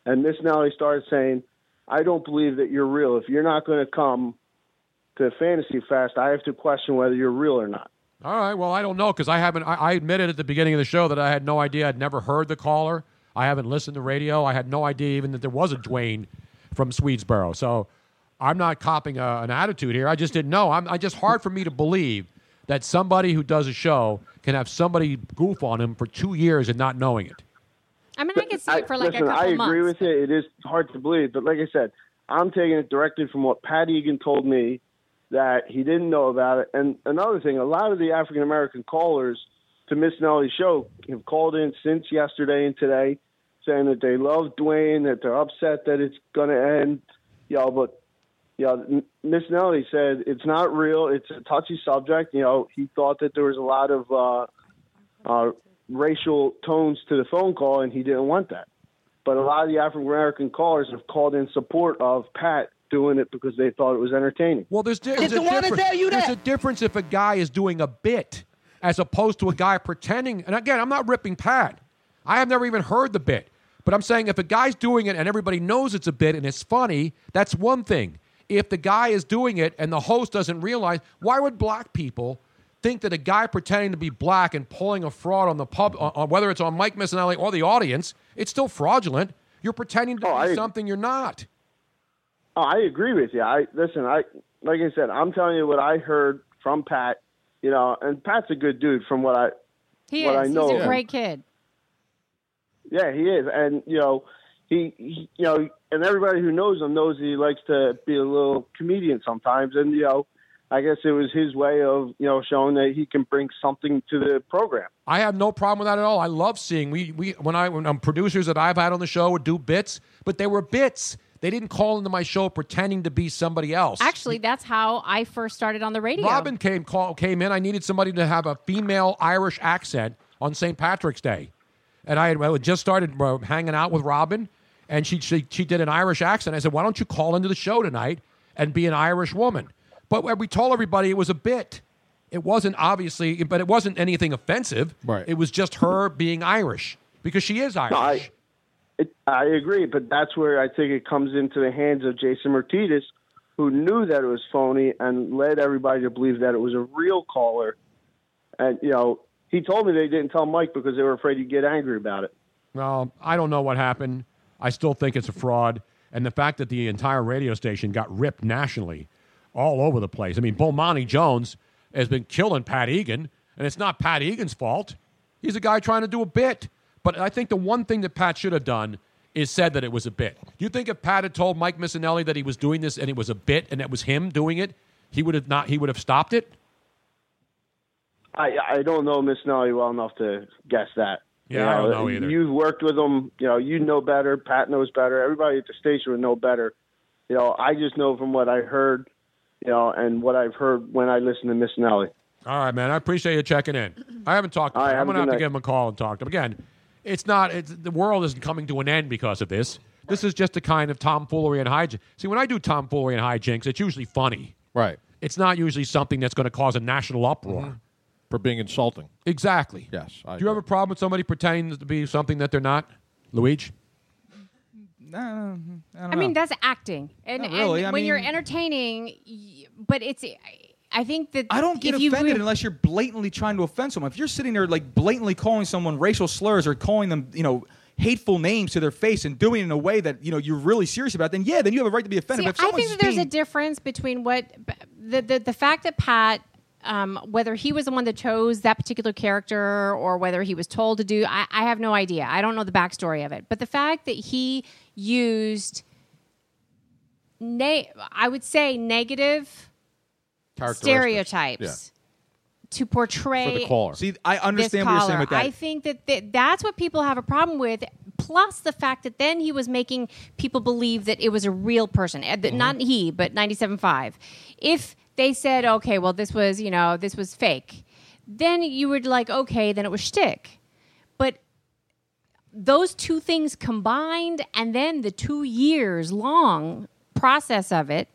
O: And Miss Nelly started saying, "I don't believe that you're real. If you're not going to come to Fantasy Fest, I have to question whether you're real or not."
F: All right. Well, I don't know because I haven't. I, I admitted at the beginning of the show that I had no idea. I'd never heard the caller. I haven't listened to radio. I had no idea even that there was a Dwayne from Swedesboro. So I'm not copping a, an attitude here. I just didn't know. I'm. I just hard for me to believe that somebody who does a show can have somebody goof on him for two years and not knowing it.
I: I mean, I could see it for like
O: Listen,
I: a couple
O: I agree
I: months.
O: with you. It is hard to believe, but like I said, I'm taking it directly from what Pat Egan told me that he didn't know about it. And another thing, a lot of the African American callers to Miss Nelly's show have called in since yesterday and today, saying that they love Dwayne, that they're upset that it's going to end. You know, but you know, M- Miss Nelly said it's not real. It's a touchy subject. You know, he thought that there was a lot of uh, uh, racial tones to the phone call, and he didn't want that. But a lot of the African American callers have called in support of Pat doing it because they thought it was entertaining.
F: Well, there's, di- there's,
O: the
F: a
O: one that
F: difference.
O: tell you
F: there's a difference if a guy is doing a bit as opposed to a guy pretending. And again, I'm not ripping Pat. I have never even heard the bit. But I'm saying if a guy's doing it and everybody knows it's a bit and it's funny, that's one thing. If the guy is doing it and the host doesn't realize, why would black people think that a guy pretending to be black and pulling a fraud on the pub, on, on- whether it's on Mike Missinelli or the audience, it's still fraudulent. You're pretending to be something you're not.
O: Oh, I agree with you. I listen. I like I said, I'm telling you what I heard from Pat. You know, and Pat's a good dude from what I
I: He
O: what
I: is.
O: I know.
I: He's a
O: of him.
I: great kid.
O: Yeah, he is, and you know, he, he, you know, and everybody who knows him knows he likes to be a little comedian sometimes, and you know, I guess it was his way of you know showing that he can bring something to the program.
F: I have no problem with that at all. I love seeing we we when I when um, producers that I've had on the show would do bits, but they were bits. They didn't call into my show pretending to be somebody else.
I: Actually, that's how I first started on the radio.
F: Robin came call, came in. I needed somebody to have a female Irish accent on St. Patrick's Day, and I had, I had just started uh, hanging out with Robin, and she, she she did an Irish accent. I said, "Why don't you call into the show tonight and be an Irish woman?" But when we told everybody it was a bit. It wasn't obviously, but it wasn't anything offensive. Right. It was just her being Irish because she is Irish.
O: No, I, it, I agree, but that's where I think it comes into the hands of Jason Martinez, who knew that it was phony and led everybody to believe that it was a real caller. And you know, he told me they didn't tell Mike because they were afraid he'd get angry about it.
F: Well, I don't know what happened. I still think it's a fraud. And the fact that the entire radio station got ripped nationally all over the place. I mean, Bomani Jones has been killing Pat Egan, and it's not Pat Egan's fault. He's a guy trying to do a bit. But I think the one thing that Pat should have done is said that it was a bit. Do you think if Pat had told Mike Missinelli that he was doing this and it was a bit and it was him doing it, he would have not he would have stopped it?
O: I I don't know Miss Nelly well enough to guess that.
F: Yeah,
O: You
F: I don't know either.
O: You've worked with them, you know. You know better. Pat knows better. Everybody at the station would know better. You know, I just know from what I heard, you know, and what I've heard when I listen to Miss Nelly.
F: All right, man. I appreciate you checking in. I haven't talked. To him. I'm
O: have a
F: going to
O: good
F: have to
O: night.
F: give him a call and talk to him again. It's not. It's, the world isn't coming to an end because of this. This is just a kind of tomfoolery and hijinks. See, when I do tomfoolery and hijinks, it's usually funny.
H: Right. Mm-hmm.
F: It's not usually something that's going to cause a national uproar.
H: For being insulting.
F: Exactly.
H: Yes.
F: do you have a problem with somebody pretending to be something that they're not, Luigi?
G: No, I, don't
I: I mean,
G: know.
I: that's acting, and,
G: Not really.
I: and
G: I
I: when you're
G: mean-
I: entertaining, y- but it's. I think that
G: I don't get
I: if you
G: offended
I: re-
G: unless you're blatantly trying to offend someone. If you're sitting there like blatantly calling someone racial slurs or calling them, you know, hateful names to their face and doing it in a way that you know you're really serious about, then yeah, then you have a right to be offended.
I: See,
G: but if
I: I
G: someone's
I: think that there's
G: being,
I: a difference between what the the, the fact that Pat. Um, whether he was the one that chose that particular character or whether he was told to do, I, I have no idea. I don't know the backstory of it. But the fact that he used, ne- I would say, negative
G: Characteristics.
I: stereotypes to portray
G: See, I
I: this
G: understand what you're saying
I: caller.
G: with that.
I: I think that th- that's what people have a problem with. Plus the fact that then he was making people believe that it was a real person, Uh, that not he, but 97.5. If they said, okay, well, this was you know this was fake, then you would like, okay, then it was shtick. But those two things combined, and then the two years long process of it.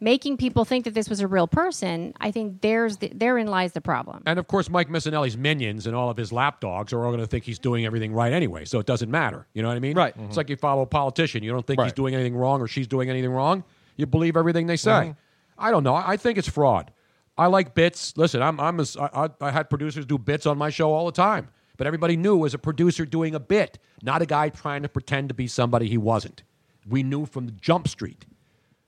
I: Making people think that this was a real person, I think there's the, therein lies the problem.
F: And of course, Mike Missinelli's minions and all of his lapdogs are all going to think he's doing everything right anyway, so it doesn't matter. You know what I mean? Right.
G: Mm-hmm.
F: It's like you follow a politician. You don't think he's doing anything wrong or she's doing anything wrong. You believe everything they say. I don't know. I I think it's fraud. I like bits. Listen, I'm, I'm a, I, am i am I had producers do bits on my show all the time, but everybody knew it was a producer doing a bit, not a guy trying to pretend to be somebody he wasn't. We knew from the Jump Street.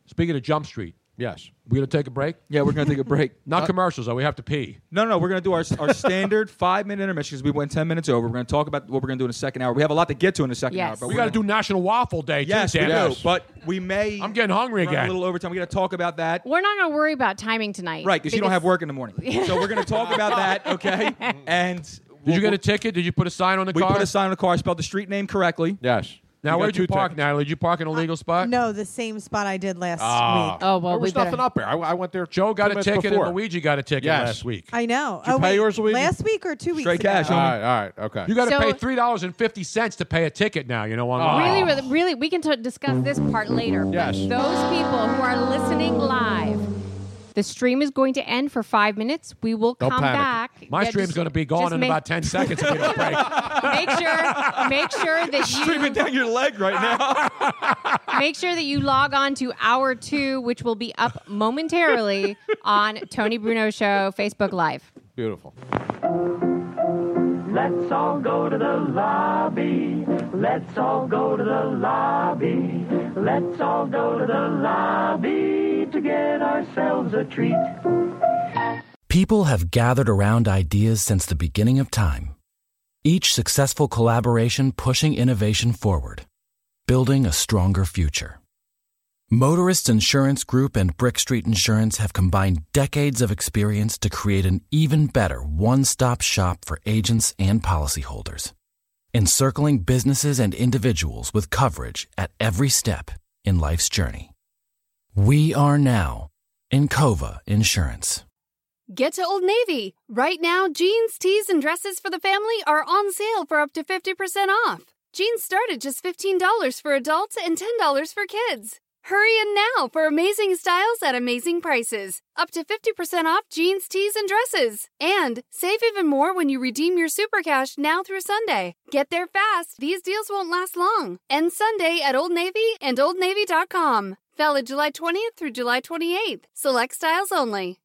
F: Speaking of Jump Street,
H: yes,
F: we're going to take a break.
G: Yeah, we're going to take a break.
F: *laughs* not
G: Uh,
F: commercials though. We have to pee.
G: No, no, we're going to do our, our standard *laughs* five minute intermission because we went 10 minutes over. We're going to talk about what we're going to do in the second hour. We have a lot to get to in the second hour.
F: Yes.
G: But
F: We gotta
G: to
F: do National Waffle Day, too,
G: Yes, we
F: damn it.
G: do. But we may. I'm
F: getting hungry
G: A
F: again.
G: little overtime. We're going to talk about that.
I: We're not going to worry about timing tonight.
G: Right, because you don't have work in
I: *laughs*
G: the morning. So we're going to talk
B: *laughs*
G: about that, okay? And.
F: Did you get a ticket? Did you put a sign on the
G: we
F: car?
G: put a sign on the car, spelled the street name correctly.
H: Yes.
F: Now,
G: You got
F: where'd you
G: two
F: park,
G: tickets.
F: Natalie? Did you park in a
I: Uh,
F: legal spot?
J: No, the same spot I did last
F: Ah.
J: week.
F: Oh, well,
H: There was we better- nothing up there. I, went there.
F: Joe
H: two
F: got a
H: minutes
F: ticket
H: before.
F: and Luigi got a ticket
H: Yes.
F: last week.
J: I know.
F: Did you
J: oh,
F: pay
J: wait,
F: yours, Luigi?
J: Last week or two weeks ago?
F: All
H: All right, all right, okay.
F: You got to
I: So-
F: pay three dollars and fifty cents to pay a ticket now. You know online.
I: Really, really, really, we can t- discuss this part later.
F: Yes.
I: But those people who are listening live, the stream is going to end for five minutes. We will
F: Don't
I: come
F: panic.
I: back.
F: My
I: Yeah,
F: stream's
I: just-
F: going to be
I: just
F: gone in
I: make- *laughs*
F: about ten seconds. If we don't break.
I: make sure, make sure that you
G: Streaming down your leg right now.
I: make sure that you log on to hour two, which will be up momentarily on Tony Bruno Show Facebook Live.
H: Beautiful.
P: Let's all go to the lobby. Let's all go to the lobby. Let's all go to the lobby to get ourselves a treat.
Q: People have gathered around ideas since the beginning of time, each successful collaboration pushing innovation forward, building a stronger future. Motorist Insurance Group and Brick Street Insurance have combined decades of experience to create an even better one stop shop for agents and policyholders, encircling businesses and individuals with coverage at every step in life's journey. We are now Encova Insurance.
R: Get to Old Navy. Right now, jeans, tees, and dresses for the family are on sale for up to 50% off. Jeans start at just $15 for adults and $10 for kids. Hurry in now for amazing styles at amazing prices. Up to 50% off jeans, tees, and dresses. And save even more when you redeem your super cash now through Sunday. Get there fast. These deals won't last long. End Sunday at Old Navy and OldNavy.com. Valid July 20th through July 28th. Select styles only.